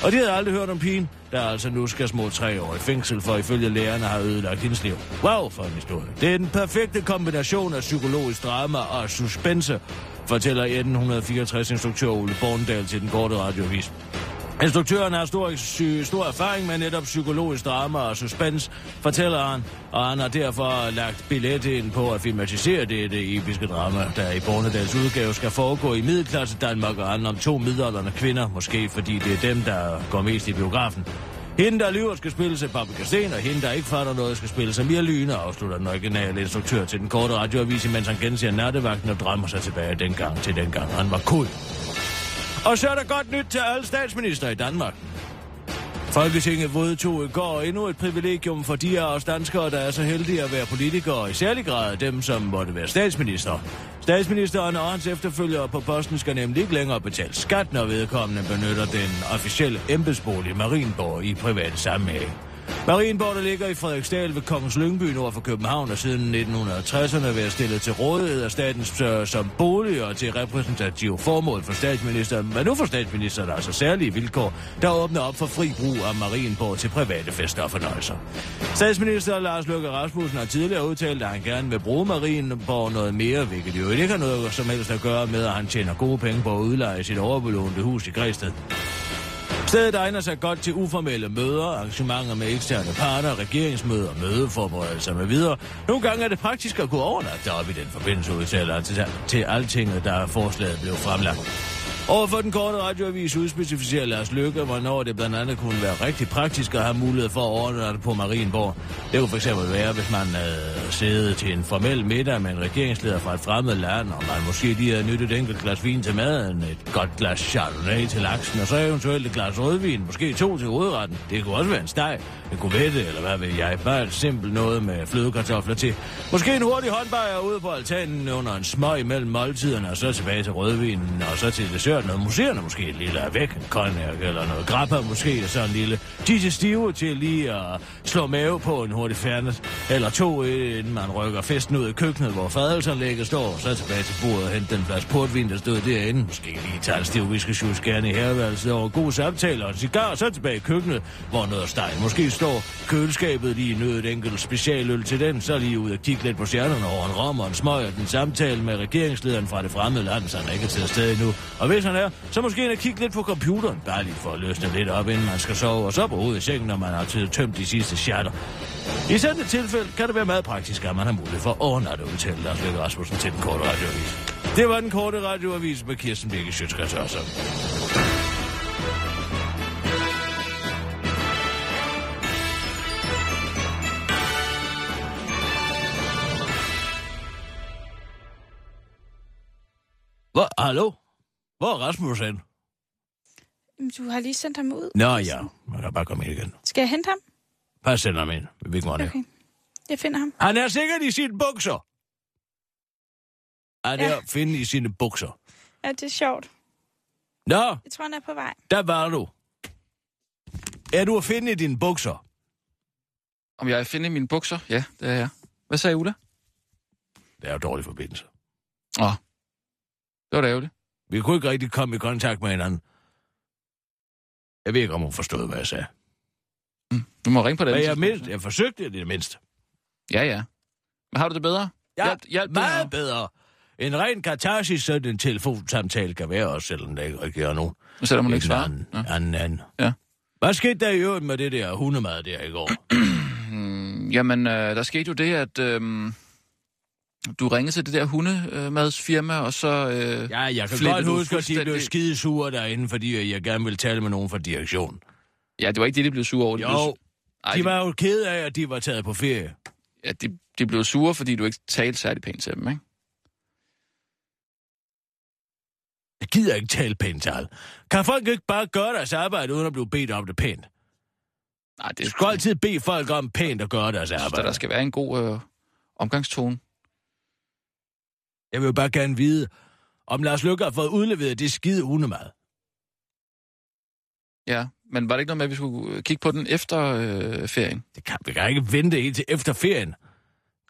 Speaker 6: Og de havde aldrig hørt om pigen, der altså nu skal små tre år i fængsel for ifølge lærerne har ødelagt hendes liv. Wow, for en historie. Det er den perfekte kombination af psykologisk drama og suspense, fortæller 1864-instruktør Ole Borndal til den korte radiovis. Instruktøren har stor, sy- stor erfaring med netop psykologisk drama og suspens, fortæller han, og han har derfor lagt billet ind på at filmatisere dette episke drama, der i Bornedals udgave skal foregå i middelklasse Danmark og handler om to midalderne kvinder, måske fordi det er dem, der går mest i biografen. Hende, der lyver, skal spille sig Paprika Sten, og hende, der ikke fatter noget, skal spille sig Mia Lyne, afslutter den originale instruktør til den korte radioavis, imens han genser nattevagten og drømmer sig tilbage dengang til dengang. Han var kul. Og så er der godt nyt til alle statsminister i Danmark. Folketinget vedtog i går endnu et privilegium for de af os danskere, der er så heldige at være politikere, i særlig grad dem, som måtte være statsminister. Statsministeren og hans efterfølgere på posten skal nemlig ikke længere betale skat, når vedkommende benytter den officielle embedsbolig Marienborg i privat sammenhæng. Marienborg, der ligger i Frederiksdal ved Kongens Lyngby nord for København, og siden 1960'erne været stillet til rådighed af staten øh, som bolig og til repræsentativ formål for statsministeren, men nu for statsministeren altså særlige vilkår, der åbner op for fri brug af Marienborg til private fester og fornøjelser. Statsminister Lars Løkke Rasmussen har tidligere udtalt, at han gerne vil bruge Marienborg noget mere, hvilket jo ikke har noget som helst at gøre med, at han tjener gode penge på at udleje sit overbelånte hus i Græsted. Stedet egner sig godt til uformelle møder, arrangementer med eksterne parter, regeringsmøder, mødeforberedelser med videre. Nogle gange er det praktisk at kunne overnatte deroppe i den forbindelse, udtaler han til, til altinget, der forslaget blev fremlagt. Overfor den korte radioavis udspecificerer Lars Løkke, hvornår det blandt andet kunne være rigtig praktisk at have mulighed for at overnatte på Marienborg. Det kunne fx være, hvis man havde siddet til en formel middag med en regeringsleder fra et fremmed land, og man måske lige havde nyttet et enkelt glas vin til maden, et godt glas chardonnay til laksen, og så eventuelt et glas rødvin, måske to til hovedretten. Det kunne også være en steg, en cuvette, eller hvad ved jeg, bare et simpelt noget med flødekartofler til. Måske en hurtig håndbajer ude på altanen under en smøg mellem måltiderne, og så tilbage til rødvinen, og så til dessert noget museerne måske, et lille væk, en konjak eller noget grappa måske, og så en lille digestive til lige at slå mave på en hurtig fernet, eller to, inden man rykker festen ud i køkkenet, hvor fadelsanlægget står, og så tilbage til bordet og hente den flaske portvin, der stod derinde, måske lige tage en stiv whiskysjus gerne i herværelset over god samtale og en cigar, og så tilbage i køkkenet, hvor noget steg måske står, køleskabet lige nød et enkelt specialøl til den, så lige ud og kigge lidt på stjernerne over en rom og en smøg, og den samtale med regeringslederen fra det fremmede land, så han ikke er til stede endnu. Og hvis han er, så måske ind og kigge lidt på computeren, bare lige for at løsne lidt op, inden man skal sove, og så på hovedet i sengen, når man har tid tømt de sidste chatter. I sådan et tilfælde kan det være meget praktisk, at man har mulighed for at overnatte, udtalte Lars Løkke Rasmussen til den korte radioavis. Det var den korte radioavis med Kirsten Birke Sjøtskrets Hvor, hallo? Hvor er Rasmus hen?
Speaker 5: Jamen, Du har lige sendt ham ud.
Speaker 6: Nå ja, man kan bare komme ind igen.
Speaker 5: Skal jeg hente ham?
Speaker 6: Bare send ham ind. Vi ved ikke, hvor han er.
Speaker 5: Okay. Jeg finder ham.
Speaker 6: Han er sikkert i sine bukser. Han er
Speaker 5: Ja.
Speaker 6: ja. at finde i sine bukser.
Speaker 5: Ja, det er sjovt.
Speaker 6: Nå,
Speaker 5: Jeg tror, han er på vej.
Speaker 6: der var du. Er du at finde i dine bukser?
Speaker 4: Om jeg er at finde i mine bukser? Ja, det er jeg. Hvad sagde Ulla?
Speaker 6: Det er jo dårlig forbindelse.
Speaker 4: Åh, det var da ærgerligt.
Speaker 6: Vi kunne ikke rigtig komme i kontakt med hinanden. Jeg ved ikke, om hun forstod, hvad jeg sagde.
Speaker 4: Du må ringe på den.
Speaker 6: Men jeg, mindst, jeg forsøgte det i det mindste.
Speaker 4: Ja, ja. Men har du det bedre?
Speaker 6: Ja,
Speaker 4: Hjælp- hjælp det her.
Speaker 6: meget bedre. En ren katarsis, sådan en telefonsamtale kan være, også selvom der ikke rigtig er nogen.
Speaker 4: Nu sætter man ikke
Speaker 6: Ikke
Speaker 4: svare.
Speaker 6: anden,
Speaker 4: Ja.
Speaker 6: anden, anden.
Speaker 4: Ja.
Speaker 6: Hvad skete der i øvrigt med det der hundemad der i går?
Speaker 4: Jamen, øh, der skete jo det, at øh, du ringede til det der hundemadsfirma, og så... Øh,
Speaker 6: Ja, jeg kan
Speaker 4: Flippede
Speaker 6: godt
Speaker 4: du
Speaker 6: huske, at de blev
Speaker 4: fuldstændig-
Speaker 6: skide sure derinde, fordi jeg gerne ville tale med nogen fra direktionen.
Speaker 4: ja, det var ikke det, de blev sure over. De
Speaker 6: Jo,
Speaker 4: blev, ej,
Speaker 6: de var jo kede af, at de var taget på ferie.
Speaker 4: ja, de, de blev sure, fordi du ikke talte særlig pænt til dem, ikke?
Speaker 6: Jeg gider ikke tale pænt til alle. Kan folk ikke bare gøre deres arbejde, uden at blive bedt om det pænt?
Speaker 4: Nej, det
Speaker 6: Du
Speaker 4: er
Speaker 6: skal altid bede folk om pænt at gøre deres
Speaker 4: Jeg synes, da,
Speaker 6: arbejde.
Speaker 4: der skal være en god øh, omgangstone.
Speaker 6: Jeg vil bare gerne vide, om Lars Løkke har fået udleveret det skide hundemad.
Speaker 4: Ja, men var det ikke noget med, at vi skulle øh, kigge på den efter øh, ferien?
Speaker 6: Det kan vi kan ikke vente indtil efter ferien.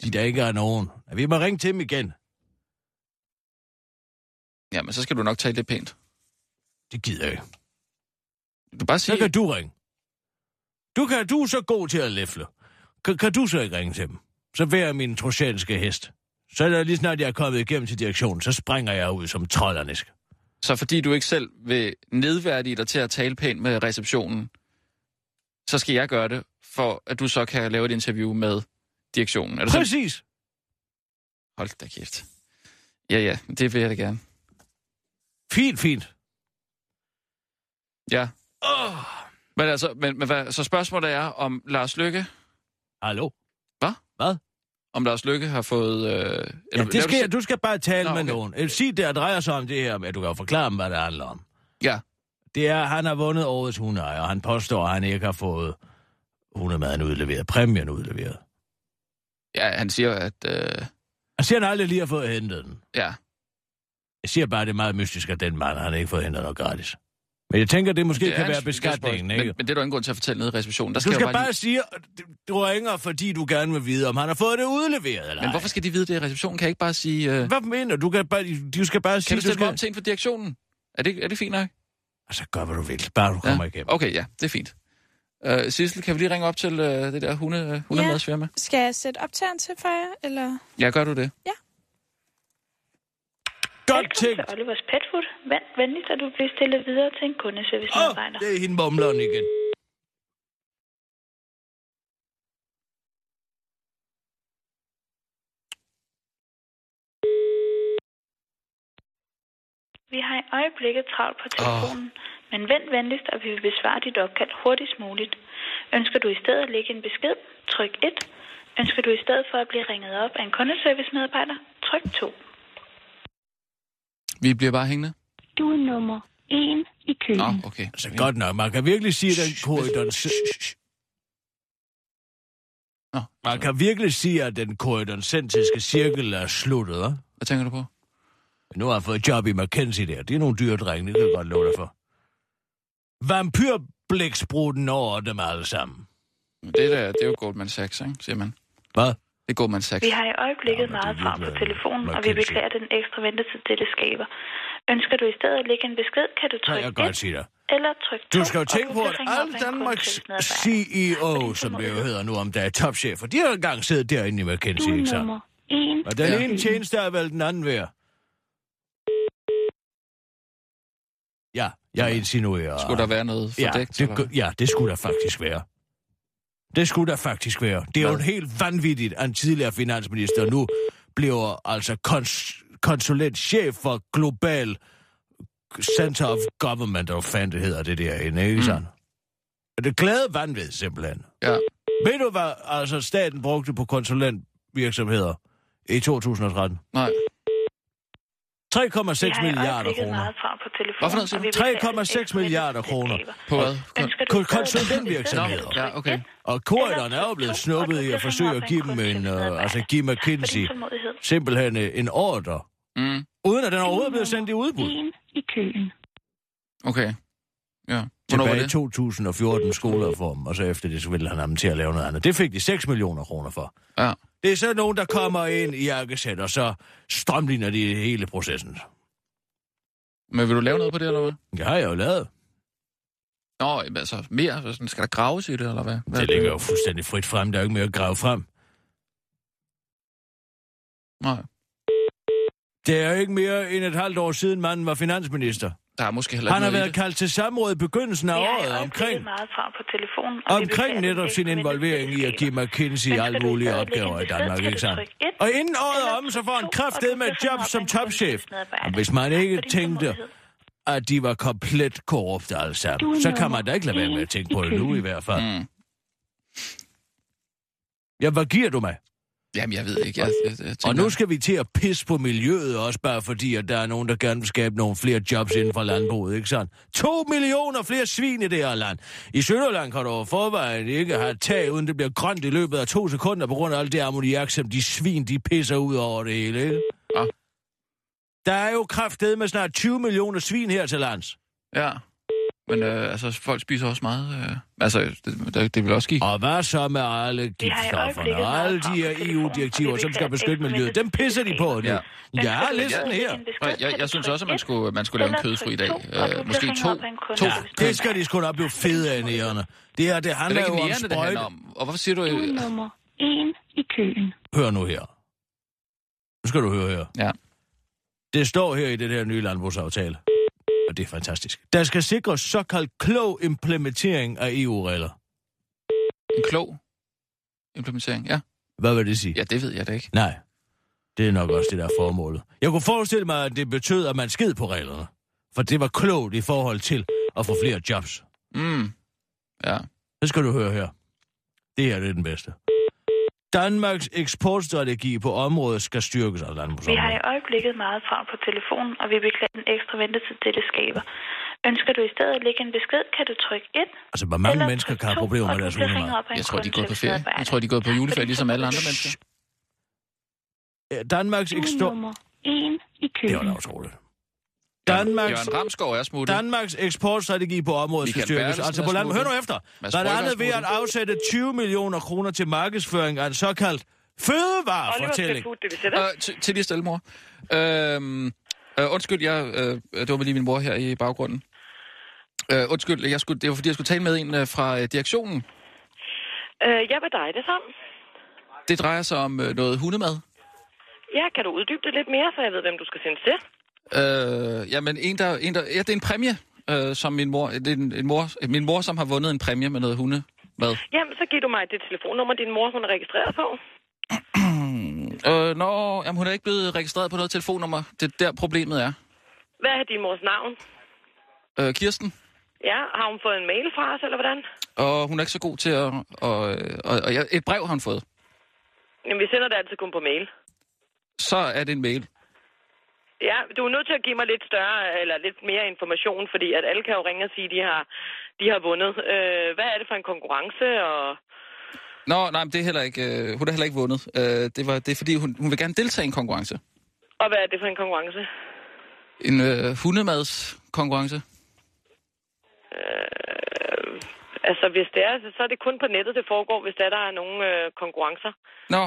Speaker 6: De der ikke er nogen. Vi må ringe til dem igen.
Speaker 4: Jamen, så skal du nok tale lidt pænt.
Speaker 6: Det gider jeg ikke.
Speaker 4: Du kan bare sige...
Speaker 6: Så kan du ringe. Du, kan, du er så god til at læfle. Kan, kan du så ikke ringe til dem? Så vær jeg min trojanske hest. Så er der lige snart jeg er kommet igennem til direktionen, så springer jeg ud som troldernisk.
Speaker 4: Så fordi du ikke selv vil nedværdige dig til at tale pænt med receptionen, så skal jeg gøre det, for at du så kan lave et interview med direktionen. Er du så...
Speaker 6: Præcis.
Speaker 4: Hold da kæft. Ja, ja, det vil jeg da gerne.
Speaker 6: Fint, fint.
Speaker 4: Ja.
Speaker 6: Oh.
Speaker 4: Men altså, men, men hvad, så spørgsmålet er, om Lars Lykke,
Speaker 6: Hallo?
Speaker 4: om Lars Lykke har fået... Øh,
Speaker 6: Ja,
Speaker 4: eller-
Speaker 6: det skal, jeg- du skal bare tale
Speaker 4: Nå,
Speaker 6: Nå, med
Speaker 4: okay.
Speaker 6: nogen. Øh, Sig det, der drejer sig om det her, men du kan jo forklare dem, hvad det handler om.
Speaker 4: Ja.
Speaker 6: Det er, at han har vundet årets hundeejer, og han påstår, at han ikke har fået hundemaden udleveret, præmien udleveret.
Speaker 4: Ja, han siger, at... Øh,
Speaker 6: Han siger, han aldrig lige har fået hentet den.
Speaker 4: ja,
Speaker 6: Jeg siger bare, at det er meget mystisk, at den mand, han har ikke fået hentet noget gratis. Men jeg tænker, det måske
Speaker 4: Det
Speaker 6: det
Speaker 4: er
Speaker 6: kan
Speaker 4: hans-
Speaker 6: være beskatningen,
Speaker 4: men,
Speaker 6: ikke?
Speaker 4: men det er der ingen grund til at fortælle nede i receptionen. Der
Speaker 6: Du
Speaker 4: skal,
Speaker 6: skal
Speaker 4: jo
Speaker 6: bare,
Speaker 4: bare...
Speaker 6: sige, at du ringer, fordi du gerne vil vide, om han har fået det udleveret, eller
Speaker 4: Lige... Men hvorfor skal de vide det? Receptionen kan ikke bare sige... Øh...
Speaker 6: Hvad mener du? du? Kan bare, du skal bare
Speaker 4: Kan
Speaker 6: sige,
Speaker 4: du stille
Speaker 6: skal...
Speaker 4: mig op til en for direktionen? Er det, er det fint nok?
Speaker 6: Altså, gør, hvad du vil. Bare du kommer igennem.
Speaker 4: Okay, ja, det er fint. Øh, Sissel, kan vi lige ringe op til øh, det der hunde, øh, hundemadsfirma?
Speaker 5: Skal jeg sætte optageren til for jer, eller?
Speaker 4: Ja, gør du det?
Speaker 6: Godt tænkt!
Speaker 9: Olivers Petfood. Vand venligst, at du bliver stillet videre til en
Speaker 6: Åh,
Speaker 9: kundeservice-medarbejder.
Speaker 6: det er hende mumleren igen.
Speaker 9: Vi har i øjeblikket travlt på telefonen, men vent venligst, og vi vil besvare dit opkald hurtigst muligt. Ønsker du i stedet at lægge en besked? Tryk 1. Ønsker du i stedet for at blive ringet op af en kundeservice-medarbejder? Tryk 2.
Speaker 4: Vi bliver bare hængende?
Speaker 10: Du er nummer 1 i køen.
Speaker 4: Nå, okay.
Speaker 6: Så Altså, godt nok, man kan virkelig sige, at den korridor...
Speaker 4: Nå,
Speaker 6: Man kan virkelig sige, at den korridorcentriske cirkel er sluttet, hva'?
Speaker 4: hvad tænker du på?
Speaker 6: Men Nu har jeg fået job i McKenzie der. Det er nogle dyre drenge, det kan jeg godt love dig for. Vampyrblæksprutten over dem alle sammen.
Speaker 4: Det der, det er jo Goldman Sachs, ikke? siger man.
Speaker 6: Hvad?
Speaker 4: Det er Goldman Sachs.
Speaker 9: Vi har i øjeblikket
Speaker 6: Nå, men
Speaker 9: meget
Speaker 6: det er
Speaker 9: travlt på
Speaker 6: virkelig
Speaker 9: telefonen, og vi
Speaker 6: McKinsey.
Speaker 9: beklager den ekstra ventetid, det det skaber. Ønsker du i stedet at lægge en besked, kan du
Speaker 6: Kan jeg
Speaker 9: trykke
Speaker 6: godt
Speaker 9: 1
Speaker 6: sige dig.
Speaker 9: eller tryk 2.
Speaker 6: Du skal jo
Speaker 9: og
Speaker 6: tænke på,
Speaker 9: bliver
Speaker 6: at
Speaker 9: ringet op
Speaker 6: alle
Speaker 9: af en
Speaker 6: Danmarks E CEO,
Speaker 9: kundeservice-medarbejder.
Speaker 6: som det jo hedder nu om der er topchefer, de har engang siddet derinde i
Speaker 10: Du
Speaker 6: McKenzie, ikke
Speaker 10: er
Speaker 6: sandt?
Speaker 10: nummer 1.
Speaker 6: Og den
Speaker 4: Ja.
Speaker 6: ja. ene tjeneste er vel den anden værd. Ja, jeg insinuerer.
Speaker 4: Skulle der være noget
Speaker 6: ja,
Speaker 4: fordækt?
Speaker 6: det,
Speaker 4: eller
Speaker 6: gu-
Speaker 4: hvad?
Speaker 6: ja, det skulle der faktisk være. Det skulle der faktisk være. Det er jo
Speaker 4: Hvad?
Speaker 6: helt vanvittigt, at en tidligere finansminister nu bliver altså kons- konsulentchef for Global Center of Government, og fandt det hedder det derinde, ikke
Speaker 4: Mm.
Speaker 6: sådan? Og Det glæde vanvid, simpelthen.
Speaker 4: ja.
Speaker 6: Ved du, hvad altså, staten brugte på konsulentvirksomheder i 2013?
Speaker 4: Nej,
Speaker 6: 3,8
Speaker 9: Vi har
Speaker 6: 3,6
Speaker 9: i
Speaker 6: milliarder
Speaker 9: øjeblikket
Speaker 6: kroner.
Speaker 9: meget travlt på telefonen,
Speaker 4: Hvad for noget, siger
Speaker 9: og vi
Speaker 6: du?
Speaker 9: beklager
Speaker 6: 3,6
Speaker 9: det.
Speaker 6: milliarder kroner.
Speaker 4: På hvad?
Speaker 9: Ønsker du
Speaker 6: Kon-
Speaker 9: stadig
Speaker 6: konsulentvirksomheder.
Speaker 9: tryk
Speaker 4: Ja, okay.
Speaker 9: et,
Speaker 6: Og korridoren er jo blevet
Speaker 9: Eller
Speaker 6: snuppet i
Speaker 9: tryk
Speaker 6: at
Speaker 9: to,
Speaker 6: forsøge at give
Speaker 9: og
Speaker 6: dem
Speaker 9: du
Speaker 6: en,
Speaker 9: kan
Speaker 6: øh, altså
Speaker 9: arbejde.
Speaker 6: give
Speaker 9: fordi
Speaker 6: McKinsey
Speaker 9: tålmodighed.
Speaker 6: simpelthen øh, en ordre,
Speaker 4: Mm,
Speaker 6: uden at den overhovedet er blevet sendt i udbud.
Speaker 10: En i køen.
Speaker 4: okay. Ja. Hvornår var
Speaker 6: Tilbage i
Speaker 4: det?
Speaker 6: 2014 skolereform, og så efter det, så ville han ham til at lave noget andet. Det fik de 6 millioner kroner for.
Speaker 4: Ja.
Speaker 6: Det er så nogen, der kommer ind i jakkesæt, og så strømligner de hele processen.
Speaker 4: Men vil du lave noget på det, eller hvad?
Speaker 6: Det har jeg jo lavet.
Speaker 4: Nå, jamen, altså mere? Så sådan, Skal der graves i det, eller hvad? hvad er
Speaker 6: Det ligger jo fuldstændig frit frem. Der er jo ikke mere at grave frem.
Speaker 4: Nej.
Speaker 6: Det er jo ikke mere end et halvt år siden, manden var finansminister.
Speaker 4: Der er måske heller
Speaker 6: Han har
Speaker 4: ikke noget i
Speaker 6: været kaldt til samråd i begyndelsen af
Speaker 9: Vi har i
Speaker 6: året
Speaker 9: øjeblikket
Speaker 6: omkring,
Speaker 9: meget travlt på telefonen, og vi beklager
Speaker 6: omkring netop
Speaker 9: det.
Speaker 6: sin
Speaker 9: Vi venter
Speaker 6: involvering i at give
Speaker 9: selskaber.
Speaker 6: McKinsey
Speaker 9: Men skal
Speaker 6: alle
Speaker 9: du
Speaker 6: mulige
Speaker 9: stadig
Speaker 6: opgaver i
Speaker 9: lægge en
Speaker 6: Danmark,
Speaker 9: besked,
Speaker 6: ikke
Speaker 9: skal du
Speaker 6: sandt?
Speaker 9: trykke et,
Speaker 6: Og inden året
Speaker 9: eller
Speaker 6: om, så får
Speaker 9: tryk
Speaker 6: han
Speaker 9: to,
Speaker 6: kraftet
Speaker 9: og
Speaker 6: med
Speaker 9: du
Speaker 6: et
Speaker 9: kan
Speaker 6: job
Speaker 9: få
Speaker 6: som
Speaker 9: opringning til
Speaker 6: topchef.
Speaker 9: medarbejder.
Speaker 6: Og hvis man
Speaker 9: Tak
Speaker 6: ikke
Speaker 9: for din
Speaker 6: tænkte,
Speaker 9: tålmodighed.
Speaker 6: at de var komplet korrupte alle sammen, så kan man da ikke lade være med at tænke på det nu i hvert fald.
Speaker 4: Mm.
Speaker 6: Ja, hvad giver du mig?
Speaker 4: Jamen, jeg ved ikke. Jeg, jeg, jeg
Speaker 6: Og
Speaker 4: tænker-
Speaker 6: nu skal vi til at pisse på miljøet også, bare fordi, at der er nogen, der gerne vil skabe nogle flere jobs inden for landbruget, ikke sandt? To millioner flere svin i det her land. I Sønderland kan du jo forvejen ikke have tag, uden det bliver grønt i løbet af to sekunder, på grund af alt det ammoniak, som de svin, de pisser ud over det hele, ikke?
Speaker 4: Ja.
Speaker 6: Der er jo kraftet med snart 20 millioner svin her til lands.
Speaker 4: Ja. Men øh, altså, folk spiser også meget. Øh, altså, det, det, det vil også give.
Speaker 6: Og hvad så med alle
Speaker 9: Vi har i
Speaker 6: giftstofferne
Speaker 9: øjeblikket
Speaker 6: og
Speaker 9: meget
Speaker 6: alle de her
Speaker 9: travlt på telefonen, og
Speaker 6: EU-direktiver, som
Speaker 9: vi
Speaker 6: skal
Speaker 9: beklager
Speaker 6: beskytte
Speaker 9: ikke, men
Speaker 6: miljøet?
Speaker 9: det
Speaker 6: Dem pisser de på nu.
Speaker 4: Ja.
Speaker 9: Ønsker
Speaker 6: Ja,
Speaker 9: du
Speaker 6: listen
Speaker 9: stadig
Speaker 6: her.
Speaker 9: en besked,
Speaker 4: Og jeg, jeg
Speaker 9: kan du
Speaker 4: synes
Speaker 9: trykke
Speaker 4: også, at man
Speaker 9: et,
Speaker 4: skulle, man skulle lave en
Speaker 9: eller
Speaker 4: kødfri
Speaker 9: tryk
Speaker 4: dag.
Speaker 9: to, og du
Speaker 4: Øh,
Speaker 9: kan
Speaker 4: måske
Speaker 9: ringe
Speaker 4: to.
Speaker 9: op af en kunde,
Speaker 4: To.
Speaker 9: hvis du
Speaker 6: Det skal de sgu da blive fede af nærerne. Det her, det
Speaker 4: Er det
Speaker 6: handler
Speaker 4: ikke
Speaker 6: jo om
Speaker 4: nærende, det handler
Speaker 6: sprøjte.
Speaker 4: øh, om? Og hvorfor siger du... øh,
Speaker 10: Du er nummer en i køen.
Speaker 6: Hør nu her. Nu skal du høre her.
Speaker 4: Ja.
Speaker 6: Det står her i det her nye landbrugsaftale. Og det er fantastisk. Der skal sikres såkaldt klog implementering af E EU-regler.
Speaker 4: En klog implementering, ja.
Speaker 6: Hvad vil det sige?
Speaker 4: Ja, det ved jeg da ikke.
Speaker 6: Nej. Det er nok også det, der er formålet. Jeg kunne forestille mig, at det betød, at man sked på reglerne. For det var klogt i forhold til at få flere jobs.
Speaker 4: Mm. Ja.
Speaker 6: Så skal du høre her. Det her det er den bedste. Danmarks eksportstrategi på området skal styrkes Altså, af
Speaker 9: Vi har i
Speaker 6: landbrugsområdet.
Speaker 9: øjeblikket meget travlt på telefonen, og vi beklager den ekstra ventetid, dette skaber. Ønsker du i stedet at lægge en besked, kan du trykke 1,
Speaker 6: Altså, hvor mange
Speaker 9: eller
Speaker 6: mennesker
Speaker 9: tryk
Speaker 6: kan have
Speaker 9: 2,
Speaker 6: problemer
Speaker 9: og
Speaker 6: med
Speaker 9: du
Speaker 6: deres
Speaker 9: bliver ringet
Speaker 6: hundemad?
Speaker 9: op af en
Speaker 4: Jeg tror, de går på ferie.
Speaker 9: kundeservicemedarbejder.
Speaker 4: Jeg tror, de går på julefag, ligesom alle andre mennesker.
Speaker 6: Ja, Danmarks
Speaker 10: Du er
Speaker 6: eksport...
Speaker 10: nummer en i køen.
Speaker 6: Det var da utroligt. Danmarks,
Speaker 4: Jørgen Ramskov er smuttet.
Speaker 6: Danmarks eksportstrategi på området skal
Speaker 4: Michael
Speaker 6: styrkes.
Speaker 4: Bertelsen
Speaker 6: Altså
Speaker 4: er
Speaker 6: på land... Hør
Speaker 4: smuttet.
Speaker 6: nu efter.
Speaker 4: Mads
Speaker 6: Blandt
Speaker 4: Brygger er
Speaker 6: andet ved at
Speaker 4: smuttet.
Speaker 6: afsætte 20 millioner kroner til markedsføring af en såkaldt fødevarefortælling.
Speaker 4: Øh, til- til lige stille, mor. Øhm, øh, undskyld, jeg, øh, det var lige min mor her i baggrunden. Øh, undskyld, jeg skulle, det var fordi, jeg skulle tale med en øh, fra øh, direktionen.
Speaker 11: Øh, jeg vil dig det sammen.
Speaker 4: Det drejer sig om øh, noget hundemad.
Speaker 11: Ja, kan du uddybe det lidt mere, så jeg ved, hvem du skal sende til?
Speaker 4: Øh, jamen, en der, en der, ja, det er en præmie, øh, som min mor, det er en, en mor, min mor, som har vundet en præmie med noget hundemad.
Speaker 11: Jamen, så giver du mig det telefonnummer, din mor hun er registreret på.
Speaker 4: Øh, nå, jamen, hun er ikke blevet registreret på noget telefonnummer. Det er der, problemet er.
Speaker 11: Hvad er din mors navn?
Speaker 4: Øh, Kirsten,
Speaker 11: Ja, har hun fået en mail fra os, eller hvordan?
Speaker 4: og hun er ikke så god til at... Og, øh, og, og jeg, et brev har hun fået.
Speaker 11: Jamen, vi sender det altid kun på mail.
Speaker 4: Så er det en mail.
Speaker 11: Ja, du er nødt til at give mig lidt større, eller lidt mere information, fordi at alle kan jo ringe og sige, de har, de har vundet. Øh, hvad er det for en konkurrence, og...
Speaker 4: Nå, nej, men det er heller ikke, øh, hun har heller ikke vundet. Øh, det, var, det er fordi, hun, hun vil gerne deltage i en konkurrence.
Speaker 11: og hvad er det for en konkurrence?
Speaker 4: En øh, hundemadskonkurrence.
Speaker 11: Øh, altså, hvis det er, så- så er det kun på nettet, det foregår, hvis der, der er nogle øh, konkurrencer.
Speaker 4: Nå.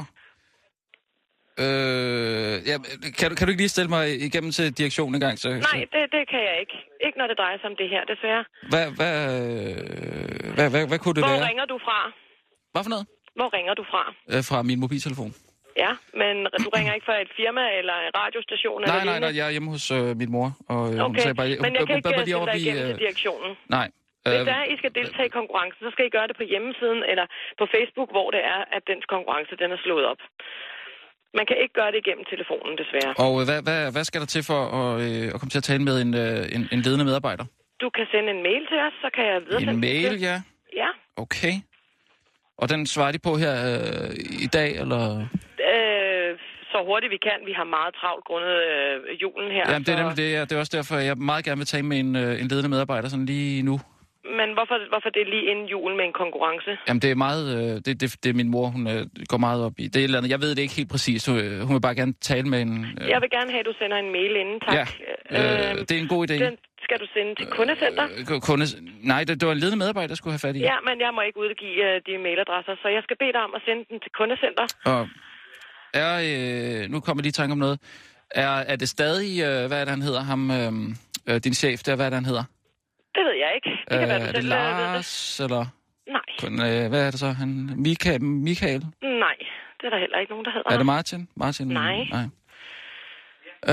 Speaker 4: Øh, ja, kan, du, kan du ikke lige stille mig igennem til direktionen en gang? Så,
Speaker 11: Nej, det, det kan jeg ikke. Ikke når det drejer sig om det her, desværre.
Speaker 4: Så, hvad, hvad, øh, hvad, hvad, hvad kunne det
Speaker 11: Hvor
Speaker 4: være?
Speaker 11: ringer du fra?
Speaker 4: Hvad for noget?
Speaker 11: Hvor ringer du fra?
Speaker 4: Øh, fra min mobiltelefon.
Speaker 11: Ja, men du ringer ikke fra et firma eller en radiostation
Speaker 4: Nej,
Speaker 11: eller
Speaker 4: nej, nej,
Speaker 11: lignende?
Speaker 4: jeg er hjemme hos øh, min mor, og øh, hun
Speaker 11: Okay,
Speaker 4: sagde bare... Hun,
Speaker 11: men jeg kan
Speaker 4: hun
Speaker 11: ikke
Speaker 4: bad mig
Speaker 11: øh,
Speaker 4: lige om
Speaker 11: sende
Speaker 4: at
Speaker 11: dig igennem
Speaker 4: blive...
Speaker 11: til
Speaker 4: Øh,
Speaker 11: direktionen.
Speaker 4: nej.
Speaker 11: Hvis
Speaker 4: Øh,
Speaker 11: der er, I skal deltage i konkurrencen, så skal I gøre det på hjemmesiden eller på Facebook, hvor det er, at dens konkurrence den er slået op. Man kan ikke gøre det igennem telefonen, desværre.
Speaker 4: og øh, hvad, hvad, hvad skal der til for at, øh, at komme til at tale med en, øh, en, en ledende medarbejder?
Speaker 11: Du kan sende en mail til os, så kan jeg videre.
Speaker 4: En mail, ja.
Speaker 11: Ja,
Speaker 4: Okay. Og den svarer de på her øh, i dag, eller...
Speaker 11: øh, så hurtigt vi kan. Vi har meget travlt grundet øh, julen her.
Speaker 4: Jamen, det er
Speaker 11: så-
Speaker 4: nemlig det. Ja. Det er også derfor, jeg meget gerne vil tale med en, øh, en ledende medarbejder sådan lige nu.
Speaker 11: Men hvorfor, hvorfor det er lige inden jul med en konkurrence?
Speaker 4: Jamen, det er meget... Øh, det, det, det er min mor, hun øh, går meget op i. Det er et eller andet. Jeg ved det ikke helt præcist. Hun, øh, hun vil bare gerne tale med en... Øh,
Speaker 11: Jeg vil gerne have, at du sender en mail inden, tak. Øhm,
Speaker 4: ja, øh, det er en god idé.
Speaker 11: Den skal du sende til kundecenter.
Speaker 4: Øh, Kunde, nej, det, det var en ledende medarbejder, der skulle have fat i.
Speaker 11: Ja, men jeg må ikke udgive øh, dine mailadresser, så jeg skal bede dig om at sende den til kundecenter.
Speaker 4: Og er, øh, nu kommer jeg lige i tanke om noget. Er, er det stadig, øh, hvad er det, han hedder, ham, øh, øh, din chef der, hvad er det, han hedder?
Speaker 11: Det ved jeg ikke. Det kan
Speaker 4: Øh,
Speaker 11: være, du
Speaker 4: er det
Speaker 11: selv øh, ved det.
Speaker 4: Lars, eller
Speaker 11: Nej,
Speaker 4: kun, øh, hvad er det så? Han, Michael? Michael?
Speaker 11: nej. Det er der heller ikke nogen, der hedder.
Speaker 4: Er det Martin? Martin?
Speaker 11: Nej.
Speaker 4: Nej.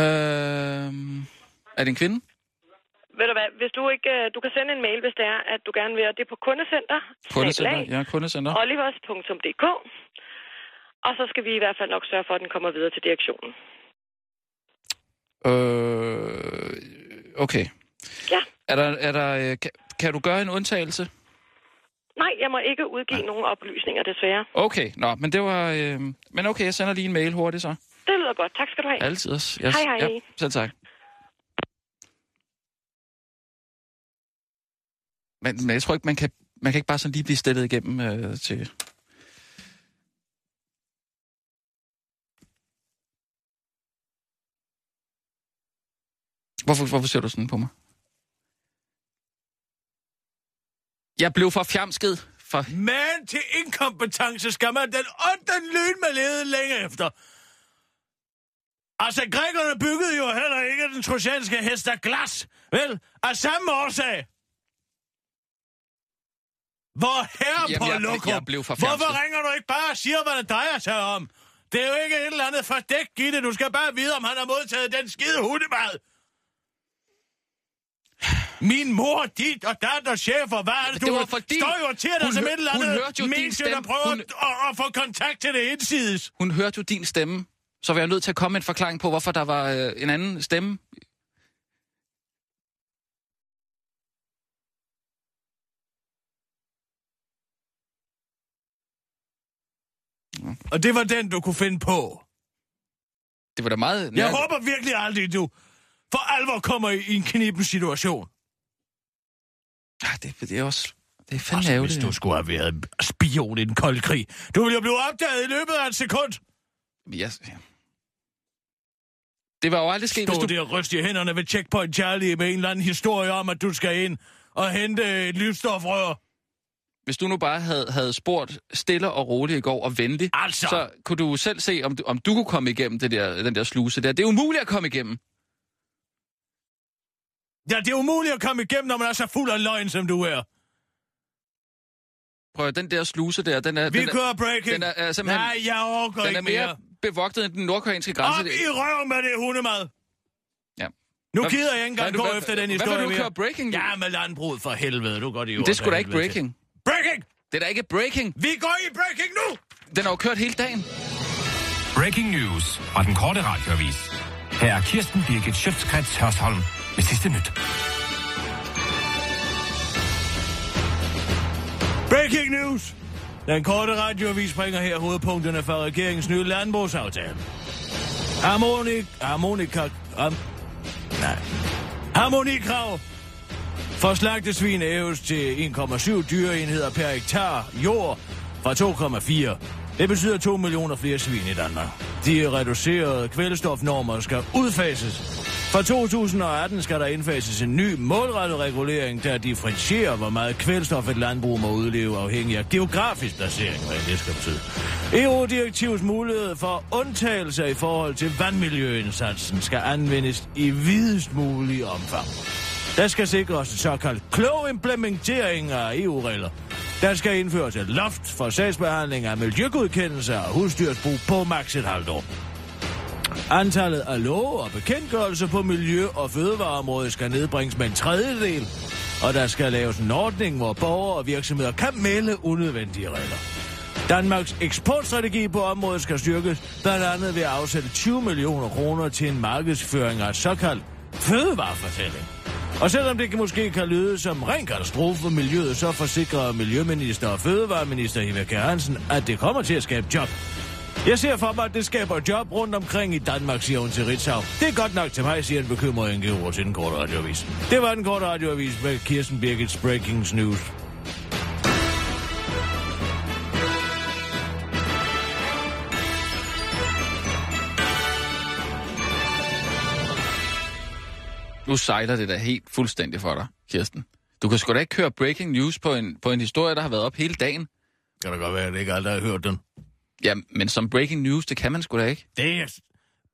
Speaker 4: Øh, er det en kvinde?
Speaker 11: Ved du hvad, hvis du ikke... øh, Du kan sende en mail, hvis det er, at du gerne vil, og det er på kundecenter.
Speaker 4: Kundecenter?
Speaker 11: snabel-a,
Speaker 4: Ja, kundecenter.
Speaker 11: Olivers.dk. Og så skal vi i hvert fald nok sørge for, at den kommer videre til direktionen.
Speaker 4: Øh, okay.
Speaker 11: Ja.
Speaker 4: Er der, er der, øh, kan, kan du gøre en undtagelse?
Speaker 11: Nej, jeg må ikke udgive nogen oplysninger, desværre.
Speaker 4: Okay, nå, men det var... Øh, men okay, jeg sender lige en mail hurtigt så.
Speaker 11: Det lyder godt. Tak skal du have.
Speaker 4: Altid også.
Speaker 11: Hej, hej.
Speaker 4: Ja, selv tak. Men, men jeg tror ikke, man kan, man kan ikke bare sådan lige blive stillet igennem øh, til... Hvorfor, hvorfor ser du sådan på mig? Jeg blev for fjamsket. For...
Speaker 6: Men til inkompetence skal man den ånden lyn med lede længe efter. Altså, grækerne byggede jo heller ikke den trojanske hest af glas, vel? Af samme årsag. Hvor herre på
Speaker 4: Jamen, jeg-
Speaker 6: Lukum,
Speaker 4: jeg blev forfjamset.
Speaker 6: hvorfor ringer du ikke bare og siger, hvad det drejer sig om? Det er jo ikke et eller andet fordækt i det. Du skal bare vide, om han har modtaget den skide hundemad. Min mor, dit og datter, chef og hvad er det,
Speaker 4: Det
Speaker 6: du
Speaker 4: var fordi-
Speaker 6: står jo til dig
Speaker 4: hun
Speaker 6: som
Speaker 4: hø-
Speaker 6: et eller
Speaker 4: hun
Speaker 6: andet
Speaker 4: hørte jo din
Speaker 6: medie, der
Speaker 4: stemme.
Speaker 6: prøver
Speaker 4: Hun-
Speaker 6: at, at, at, få kontakt til det indsides.
Speaker 4: Hun hørte jo din stemme, så var jeg nødt til at komme med en forklaring på, hvorfor der var øh, en anden stemme.
Speaker 6: Og det var den, du kunne finde på.
Speaker 4: Det var da meget...
Speaker 6: Jeg håber virkelig aldrig, du for alvor kommer i en kniben situation.
Speaker 4: Ah, det, det er også... Det er fandme
Speaker 6: Også Altså, hvis
Speaker 4: ærgerligt.
Speaker 6: du skulle have været spion i den kolde krig. Du ville jo blive opdaget i løbet af et sekund.
Speaker 4: Ja. Det var jo aldrig sket,
Speaker 6: Stå
Speaker 4: hvis du...
Speaker 6: der og ryste i hænderne ved Checkpoint Charlie med en eller anden historie om, at du skal ind og hente et livstofrør.
Speaker 4: Hvis du nu bare havde, havde spurgt stille og roligt i går og venlig,
Speaker 6: Altså.
Speaker 4: så kunne du selv se, om du, om du kunne komme igennem det der, den der sluse der. Det er umuligt at komme igennem.
Speaker 6: Ja, det er umuligt at komme igennem, når man er så fuld af løgn, som du er.
Speaker 4: Prøv at, den der sluse der, den er...
Speaker 6: Vi
Speaker 4: den er,
Speaker 6: kører breaking.
Speaker 4: den er- er øh, simpelthen-
Speaker 6: Nej, jeg overgår
Speaker 4: den er
Speaker 6: ikke mere.
Speaker 4: mere bevogtet end den nordkoreanske grænse.
Speaker 6: Op i røven med det hundemad.
Speaker 4: Ja.
Speaker 6: Nu
Speaker 4: Hvad-
Speaker 6: gider jeg ikke
Speaker 4: hvad
Speaker 6: engang
Speaker 4: vil
Speaker 6: gå
Speaker 4: du- hvad-
Speaker 6: efter den
Speaker 4: hvad vil
Speaker 6: historie
Speaker 4: du
Speaker 6: mere.
Speaker 4: køre breaking?
Speaker 6: Ja, med landbruget for helvede. Du går det jo.
Speaker 4: Men det er sgu da ikke breaking.
Speaker 6: Breaking!
Speaker 4: Det er da ikke breaking.
Speaker 6: Vi går i breaking nu!
Speaker 4: Den har jo kørt hele dagen.
Speaker 7: Breaking news fra den korte radioavis. Her er Kirsten Birgit Schøtzgrads Hørsholm med sidste nyt.
Speaker 6: Breaking news! Den korte radioavis bringer her hovedpunkterne fra regeringens nye landbrugsaftale. Harmonik... Harmonika... Am, nej. Harmonikrav for slagtesvin hæves til 1,7 dyreenheder per hektar jord fra 2,4. Det betyder 2 millioner flere svin i Danmark. De reducerede kvælstofnormer skal udfases. Fra 2018 skal der indfases en ny målrettet regulering, der differentierer, hvor meget kvælstof et landbrug må udleve afhængig af geografisk placering, hvad det skal betyde. EU-direktivets mulighed for undtagelser i forhold til vandmiljøindsatsen skal anvendes i videst mulig omfang. Der skal sikres en såkaldt klog implementering af EU-regler. Der skal indføres et loft for sagsbehandling af miljøgodkendelser og husdyrsbrug på maks et halvt år. Antallet af love og bekendtgørelser på miljø- og fødevareområdet skal nedbringes med en tredjedel, og der skal laves en ordning, hvor borgere og virksomheder kan melde unødvendige regler. Danmarks eksportstrategi på området skal styrkes, blandt andet ved at afsætte 20 millioner kroner til en markedsføring af såkaldt fødevarefortælling. Og selvom det kan- måske kan lyde som ren katastrofe for miljøet, så forsikrer Miljøminister og Fødevareminister Eva Kjær Hansen, at det kommer til at skabe job. Jeg ser for mig, at det skaber job rundt omkring i Danmark, siger hun til Ritzau. Det er godt nok til mig, siger en bekymret NGO'er til den korte radioavis. Det var den korte radioavis med Kirsten Birgits Breaking News.
Speaker 4: Nu sejler det da helt fuldstændig for dig, Kirsten. Du kan sgu da ikke køre breaking news på en, på en historie, der har været op hele dagen.
Speaker 6: Kan da godt være, at jeg ikke aldrig har hørt den.
Speaker 4: Ja, men som breaking news, det kan man sgu da ikke.
Speaker 6: Det er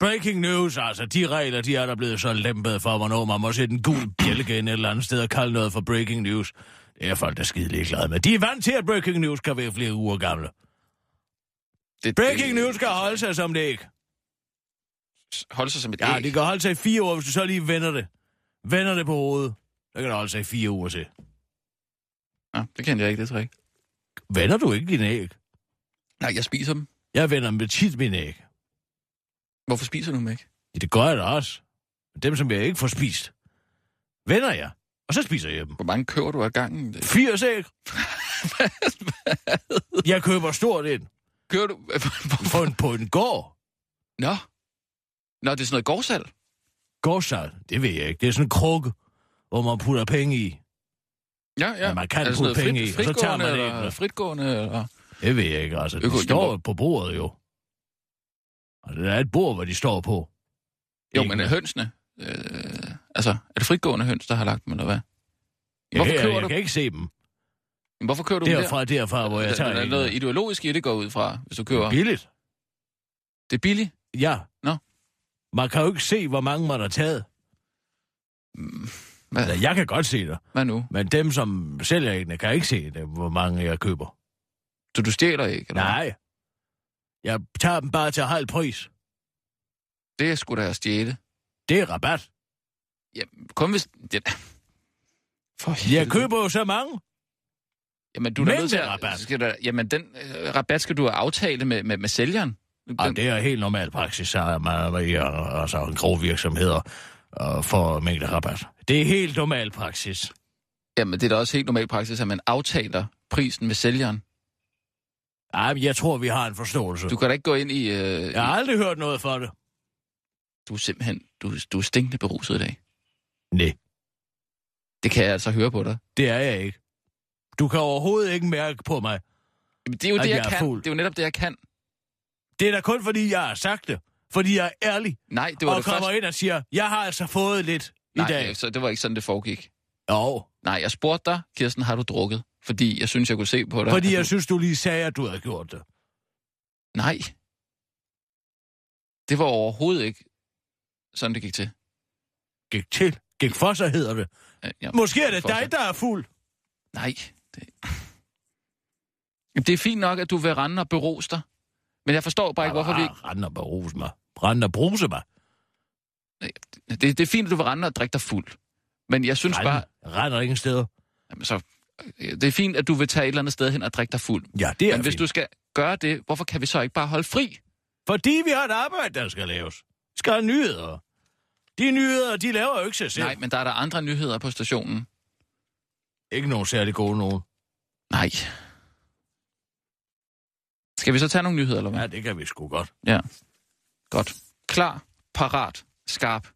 Speaker 6: breaking news, altså. De regler, de er der blevet så lempet for, hvornår man må sætte en gul bjælke ind et eller andet sted og kalde noget for breaking news. Det er folk, der er skide glade med. De er vant til, at breaking news kan være flere uger gamle.
Speaker 4: Det,
Speaker 6: Breaking news skal holde sig som det ikke.
Speaker 4: Holde sig som et
Speaker 6: Ja,
Speaker 4: æg.
Speaker 6: det kan holde sig i fire uger, hvis du så lige vender det. Vender det på hovedet. Så kan det holde sig i fire uger til.
Speaker 4: Ja, det kendte jeg ikke, det trick.
Speaker 6: Vender du ikke dine æg?
Speaker 4: Nej, jeg spiser dem.
Speaker 6: Jeg vender med tit mine æg.
Speaker 4: Hvorfor spiser du dem ikke?
Speaker 6: Ja, det gør jeg da også. Men dem, som jeg ikke får spist, vender jeg. Og så spiser jeg dem.
Speaker 4: Hvor mange køber du ad gangen?
Speaker 6: 80 æg. jeg køber stort ind
Speaker 4: Kører du... Hvorfor?
Speaker 6: på en, på en gård.
Speaker 4: Nå. Nå, det er sådan noget gårdsalg.
Speaker 6: Gårdsal, det ved jeg ikke. Det er sådan en krukke, hvor man putter penge i.
Speaker 4: Ja, ja.
Speaker 6: Ja, man kan
Speaker 4: Er det
Speaker 6: putte
Speaker 4: sådan noget
Speaker 6: penge i, og så
Speaker 4: fritgående
Speaker 6: tager man det
Speaker 4: eller,
Speaker 6: æble.
Speaker 4: fritgående eller...
Speaker 6: Det ved jeg ikke, altså.
Speaker 4: Øko-
Speaker 6: De står på bordet jo. Altså, der er et bord, hvor de står på.
Speaker 4: Jo,
Speaker 6: Ikke?
Speaker 4: men er hønsene... Øh, altså, er det fritgående høns, der har lagt dem, eller hvad?
Speaker 6: Jeg,
Speaker 4: Hvorfor
Speaker 6: kan,
Speaker 4: køber
Speaker 6: jeg,
Speaker 4: du-
Speaker 6: jeg kan ikke se dem.
Speaker 4: Men Hvorfor kører du dem
Speaker 6: Derfra, derfra, hvor
Speaker 4: der?
Speaker 6: jeg
Speaker 4: Der,
Speaker 6: tager
Speaker 4: der er
Speaker 6: æggene.
Speaker 4: noget ideologisk i det, går ud fra, hvis du kører...
Speaker 6: Billigt.
Speaker 4: Det er billigt.
Speaker 6: Ja.
Speaker 4: Nå.
Speaker 6: Man kan jo ikke se, hvor mange man har taget.
Speaker 4: Hvad,
Speaker 6: Altså, jeg kan godt se det,
Speaker 4: hvad nu?
Speaker 6: men dem, som sælger æggene, kan ikke se, det, hvor mange jeg køber.
Speaker 4: Så du stjæler ikke? Eller? hvad?
Speaker 6: Nej. Jeg tager dem bare til halv pris.
Speaker 4: Det er sgu da at stjæle.
Speaker 6: Det er rabat.
Speaker 4: Ja, kun hvis... Det... For
Speaker 6: Jeg
Speaker 4: helvede.
Speaker 6: køber jo så mange.
Speaker 4: Jamen, du er da nødt til
Speaker 6: Mængderabat.
Speaker 4: at... Skal der, jamen, den øh, rabat skal du aftale med, med, med sælgeren. Den,
Speaker 6: Og det er helt normal praksis, så er man i øh, altså, grove virksomheder øh, for mængde rabat. Det er helt normal praksis.
Speaker 4: Jamen, det er da også helt normal praksis, at man aftaler prisen med sælgeren.
Speaker 6: Ej, men jeg tror, vi har en forståelse.
Speaker 4: Du kan da ikke gå ind i... Øh,
Speaker 6: Jeg har
Speaker 4: i
Speaker 6: aldrig hørt noget for det.
Speaker 4: du er simpelthen du, du er stinkende beruset i dag.
Speaker 6: Nej,
Speaker 4: Det kan jeg altså høre på dig.
Speaker 6: det er jeg ikke. Du kan overhovedet ikke mærke på mig.
Speaker 4: Jamen, det er jo
Speaker 6: Ej,
Speaker 4: det,
Speaker 6: jeg
Speaker 4: jeg,
Speaker 6: er
Speaker 4: kan.
Speaker 6: fuld.
Speaker 4: Det er jo netop det, jeg kan.
Speaker 6: Det er da kun, fordi jeg har sagt det. Fordi jeg er ærlig.
Speaker 4: Nej, det var
Speaker 6: og
Speaker 4: det
Speaker 6: kommer
Speaker 4: første...
Speaker 6: ind og siger, jeg har altså fået lidt
Speaker 4: Nej,
Speaker 6: i dag.
Speaker 4: så det var ikke sådan, det foregik.
Speaker 6: Jo,
Speaker 4: Nej, jeg spurgte dig, Kirsten, har du drukket? Fordi jeg synes, jeg kunne se på dig. at
Speaker 6: fordi jeg
Speaker 4: du...
Speaker 6: synes, du lige sagde, at du havde gjort det.
Speaker 4: Nej. Det var overhovedet ikke sådan, det gik til.
Speaker 6: Gik til. Gik for sig, hedder det.
Speaker 4: Ja, ja.
Speaker 6: Måske er det
Speaker 4: For sig.
Speaker 6: dig, der er fuld.
Speaker 4: Øh, Nej. Det... Jamen, det er fint nok, at du vil rende og berose dig. Men jeg forstår bare ikke, hvorfor vi ikke...
Speaker 6: Rand Ah, og bruse mig. Rand og bruse mig. Ah.
Speaker 4: Det, det er fint, at du vil rende og drikke dig fuld. Men jeg synes bare...
Speaker 6: Rand, render ingen steder.
Speaker 4: Jamen, så, det er fint, at du vil tage et eller andet sted hen og drikke dig fuld.
Speaker 6: Ja, det er
Speaker 4: Men hvis
Speaker 6: fint.
Speaker 4: du skal gøre det, hvorfor kan vi så ikke bare holde fri?
Speaker 6: Fordi vi har et arbejde, der skal laves. Vi skal have nyheder. De nyheder, de laver jo ikke sig selv.
Speaker 4: Nej, men der er der andre nyheder på stationen.
Speaker 6: Ikke nogen særlig gode nogen.
Speaker 4: Nej. Skal vi så tage nogle nyheder, eller hvad?
Speaker 6: Ja, det kan vi sgu godt.
Speaker 4: Ja. Godt. Klar, parat, skarp.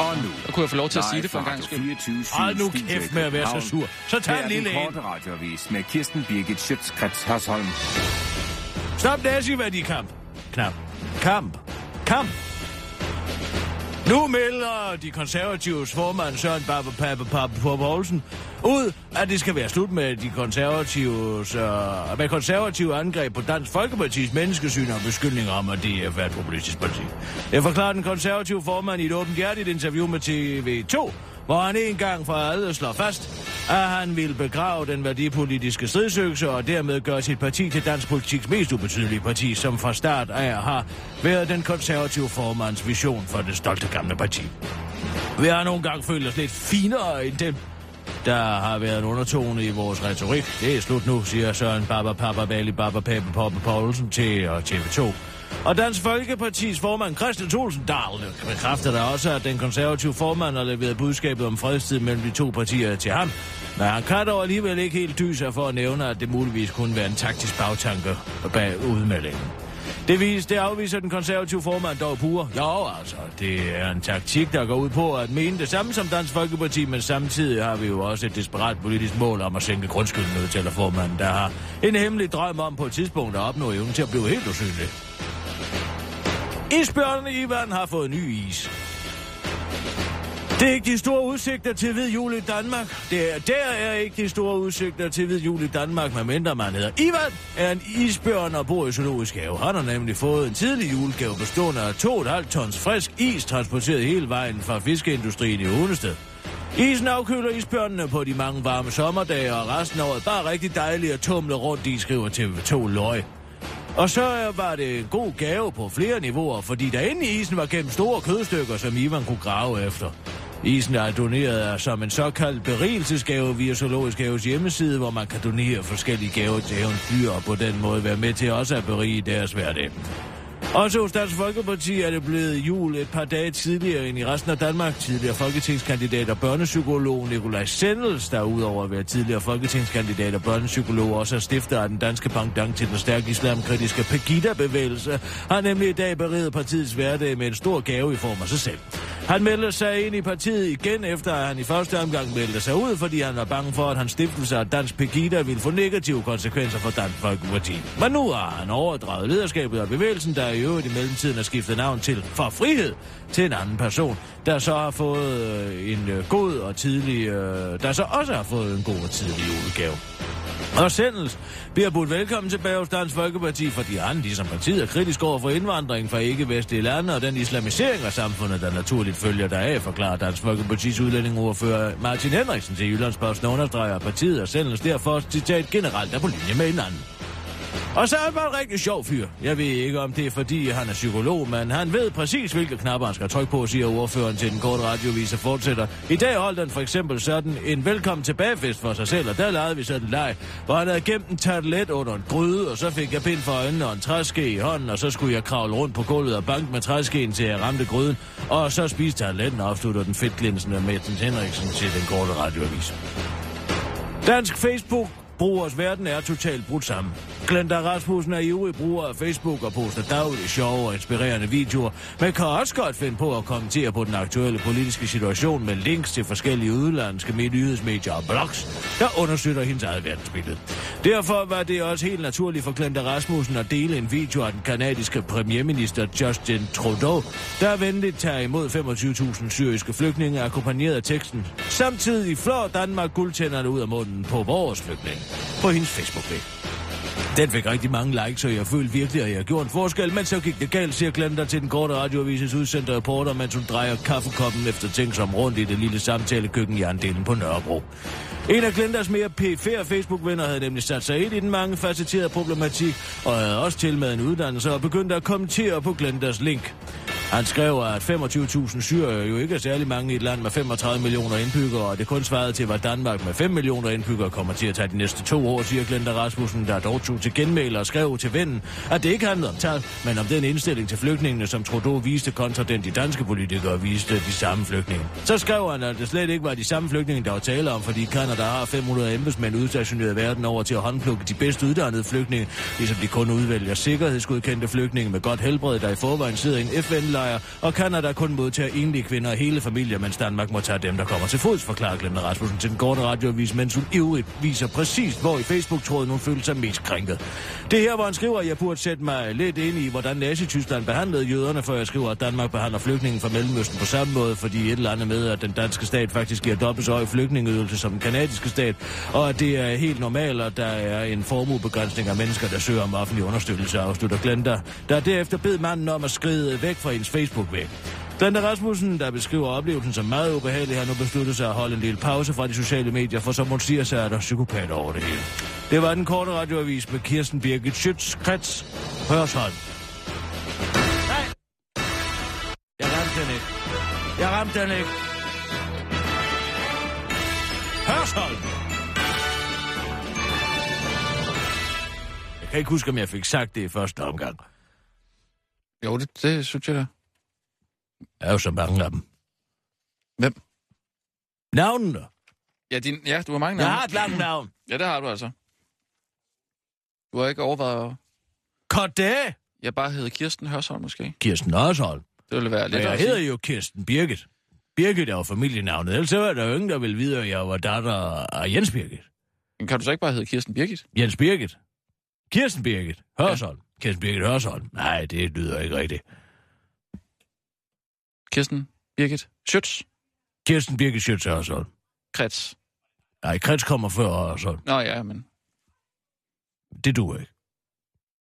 Speaker 7: Og nu.
Speaker 4: Og kunne jeg få lov til at sige det for en gang skyld?
Speaker 6: Hold nu kæft med at være så sur. Så tag en lille
Speaker 7: en.
Speaker 6: en.
Speaker 7: korte radiovis med Kirsten Birgit Schøtzgrads Hasholm.
Speaker 6: Stop nazi-værdikamp. Knap. Kamp. Kamp. Nu melder de konservatives formand Søren Pape Pape Pape Poulsen ud, at det skal være slut med de konservatives, øh, med konservative angreb på Dansk Folkepartis menneskesyn og beskyldninger om, at DF er et populistisk parti. Det forklarer den konservative formand i et åbenhjertigt interview med TV2, hvor han en gang for alle slår fast, at han vil begrave den værdipolitiske stridsøgelse og dermed gøre sit parti til dansk politiks mest ubetydelige parti, som fra start af har været den konservative formands vision for det stolte gamle parti. Vi har nogle gange følt os lidt finere end dem. Der har været en undertone i vores retorik. Det er slut nu, siger Søren Baba Papa Bali Baba Pape Poppe Poulsen til og TV2. Og Dansk Folkepartis formand Christian Thulsen Dahl bekræfter da også, at den konservative formand har leveret budskabet om fredstid mellem de to partier til ham. Men han kan dog alligevel ikke helt dyse for at nævne, at det muligvis kunne være en taktisk bagtanke bag udmeldingen. Det, vis, det afviser den konservative formand dog pure. Jo, altså, det er en taktik, der går ud på at mene det samme som Dansk Folkeparti, men samtidig har vi jo også et desperat politisk mål om at sænke grundskylden, udtaler formanden, der har en hemmelig drøm om på et tidspunkt at opnå evnen til at blive helt usynlig. Isbjørnene Ivan har fået ny is. Det er ikke de store udsigter til hvid jul i Danmark. Det er, der er ikke de store udsigter til hvid jul i Danmark, medmindre man hedder Ivan, er en isbjørn og bor i zoologisk have. Han har nemlig fået en tidlig julegave bestående af 2,5 tons frisk is, transporteret hele vejen fra fiskeindustrien i Hundested. Isen afkøler isbjørnene på de mange varme sommerdage, og resten af året bare rigtig dejligt at tumle rundt i, skriver TV2 Løg. Og så var det en god gave på flere niveauer, fordi der inde i isen var gennem store kødstykker, som Ivan kunne grave efter. Isen er doneret som en såkaldt berigelsesgave via Zoologisk Haves hjemmeside, hvor man kan donere forskellige gaver til havens dyr og på den måde være med til også at berige deres hverdag. Også hos Dansk Folkeparti er det blevet jul et par dage tidligere end i resten af Danmark. Tidligere folketingskandidat og børnepsykolog Nikolaj Sendels, der udover at være tidligere folketingskandidat og børnepsykolog, også er stifter af den danske pendant til den stærke islamkritiske Pegida-bevægelse, har nemlig i dag beriget partiets hverdag med en stor gave i form af sig selv. Han meldte sig ind i partiet igen, efter at han i første omgang meldte sig ud, fordi han var bange for, at hans stiftelse af Dansk Pegida ville få negative konsekvenser for Dansk Folkeparti. Men nu har han overdraget lederskabet af bevægelsen, der i øvrigt i mellemtiden har skiftet navn til For Frihed til en anden person, der så har fået øh, en øh, god og tidlig, øh, der så også har fået en god og tidlig julegave. Og Sendels bliver budt velkommen tilbage hos Dansk Folkeparti, fordi han, ligesom partiet, er kritisk over for indvandring fra ikke-vestlige lande og den islamisering af samfundet, der naturligt følger deraf, forklarer Dansk Folkepartis udlændingeordfører Martin Henriksen til Jyllandsposten, understreger at partiet og Sendels derfor, citat, generelt er på linje med hinanden. Og så er han bare en rigtig sjov fyr. Jeg ved ikke, om det er, fordi han er psykolog, men han ved præcis, hvilke knapper han skal trykke på, siger ordføreren til den korte radiovis og fortsætter. I dag holdt han for eksempel sådan en velkommen tilbagefest for sig selv, og der legede vi sådan en leg, hvor han havde gemt en tartelet under en gryde, og så fik jeg pind for øjnene og en træske i hånden, og så skulle jeg kravle rundt på gulvet og banke med træskeen, til jeg ramte gryden, og så spiste tarteletten og afslutter den fedtglinsende Mertens Henriksen til den korte radioavis. Dansk Facebook brugers verden er totalt brudt sammen. Glenda Rasmussen er ivrig bruger af Facebook og poster dagligt sjove og inspirerende videoer, men kan også godt finde på at kommentere på den aktuelle politiske situation med links til forskellige udlandske nyhedsmedier og blogs, der understøtter hendes eget verdensbillede. Derfor var det også helt naturligt for Glenda Rasmussen at dele en video af den kanadiske premierminister Justin Trudeau, der venligt tager imod 25.000 syriske flygtninge, akkompagneret af teksten. Samtidig flår Danmark guldtænderne ud af munden på vores flygtninge på hendes Facebook-page. Den fik rigtig mange likes, og jeg følte virkelig, at jeg gjorde en forskel, men så gik det galt, siger Glenda til den korte radioavises udsendte reporter, mens hun drejer kaffekoppen efter ting som rundt i det lille samtalekøkken i andelen på Nørrebro. En af Glendas mere pæfære Facebook-venner havde nemlig sat sig ind i den mange facetterede problematik, og havde også tilmed en uddannelse og begyndte at kommentere på Glendas link. Han skrev, at 25.000 syrere jo ikke er særlig mange i et land med 35 millioner indbyggere, og det kun svarede til, hvad Danmark med 5 millioner indbyggere kommer til at tage de næste to år, siger Glenda Rasmussen, der dog tog til genmæle og skrev til vennen, at det ikke handlede om tal, men om den indstilling til flygtningene, som Trudeau viste kontra den de danske politikere viste de samme flygtninge. Så skrev han, at det slet ikke var de samme flygtninge, der var tale om, fordi Kanada har 500 embedsmænd udstationeret verden over til at håndplukke de bedst uddannede flygtninge, ligesom de kun udvælger sikkerhedsgodkendte flygtninge med godt helbred, der i forvejen sidder i en FN-lejr, og Kanada kun modtager enlige kvinder og hele familier, mens Danmark må tage dem, der kommer til fods, forklarer Glenn Rasmussen til den korte radioavis, mens hun ivrigt viser præcis, hvor i Facebook-tråden hun følte sig mest krænket. Det er her, hvor han skriver, at jeg burde sætte mig lidt ind i, hvordan Nazi-Tyskland behandlede jøderne, før jeg skriver, at Danmark behandler flygtninge fra Mellemøsten på samme måde, fordi et eller andet med, at den danske stat faktisk giver dobbelt så høj flygtningeydelse som den kanadiske stat, og at det er helt normalt, at der er en formuebegrænsning af mennesker, der søger om offentlig understøttelse, afslutter Glenda, der derefter bed manden om at skride væk fra hendes Facebook-væg. Glenda Rasmussen, der beskriver oplevelsen som meget ubehagelig, har nu besluttet sig at holde en lille pause fra de sociale medier, for som hun siger, så er der psykopater over det hele. Det var den korte radioavis med Kirsten Birgit Schütz, Krets, Hørsholm. Nej! Jeg ramte den ikke. Jeg ramte den ikke. Hørsholm! Jeg kan ikke huske, om jeg fik sagt det i første omgang.
Speaker 4: Jo, det, det synes jeg da.
Speaker 6: Der er jo så mange af dem.
Speaker 4: Hvem?
Speaker 6: Navnene.
Speaker 4: Ja, din, ja du har mange
Speaker 6: Jeg
Speaker 4: navne.
Speaker 6: har et langt navn.
Speaker 4: Ja, det har du altså. Du har ikke overvejet...
Speaker 6: Corday.
Speaker 4: Jeg bare hedder Kirsten Hørsholm måske.
Speaker 6: Kirsten Hørsholm.
Speaker 4: Det ville være
Speaker 6: Men
Speaker 4: lidt
Speaker 6: jeg hedder jo Kirsten Birgit. Birgit er jo familienavnet, ellers så var der jo ingen, der ville vide, at jeg var datter af Jens Birgit.
Speaker 4: Kan du så ikke bare hedde Kirsten Birgit?
Speaker 6: Jens Birgit. Kirsten Birgit. Hørsholm. Ja. Kirsten Birgit Hørsholm. Nej, det lyder ikke rigtigt.
Speaker 4: Kirsten Birgit Schütz
Speaker 6: Kirsten Birgit Schütz Hørsholm.
Speaker 4: Krets.
Speaker 6: Nej, Krets kommer før Hørsholm.
Speaker 4: Nå ja, men
Speaker 6: Det duer ikke.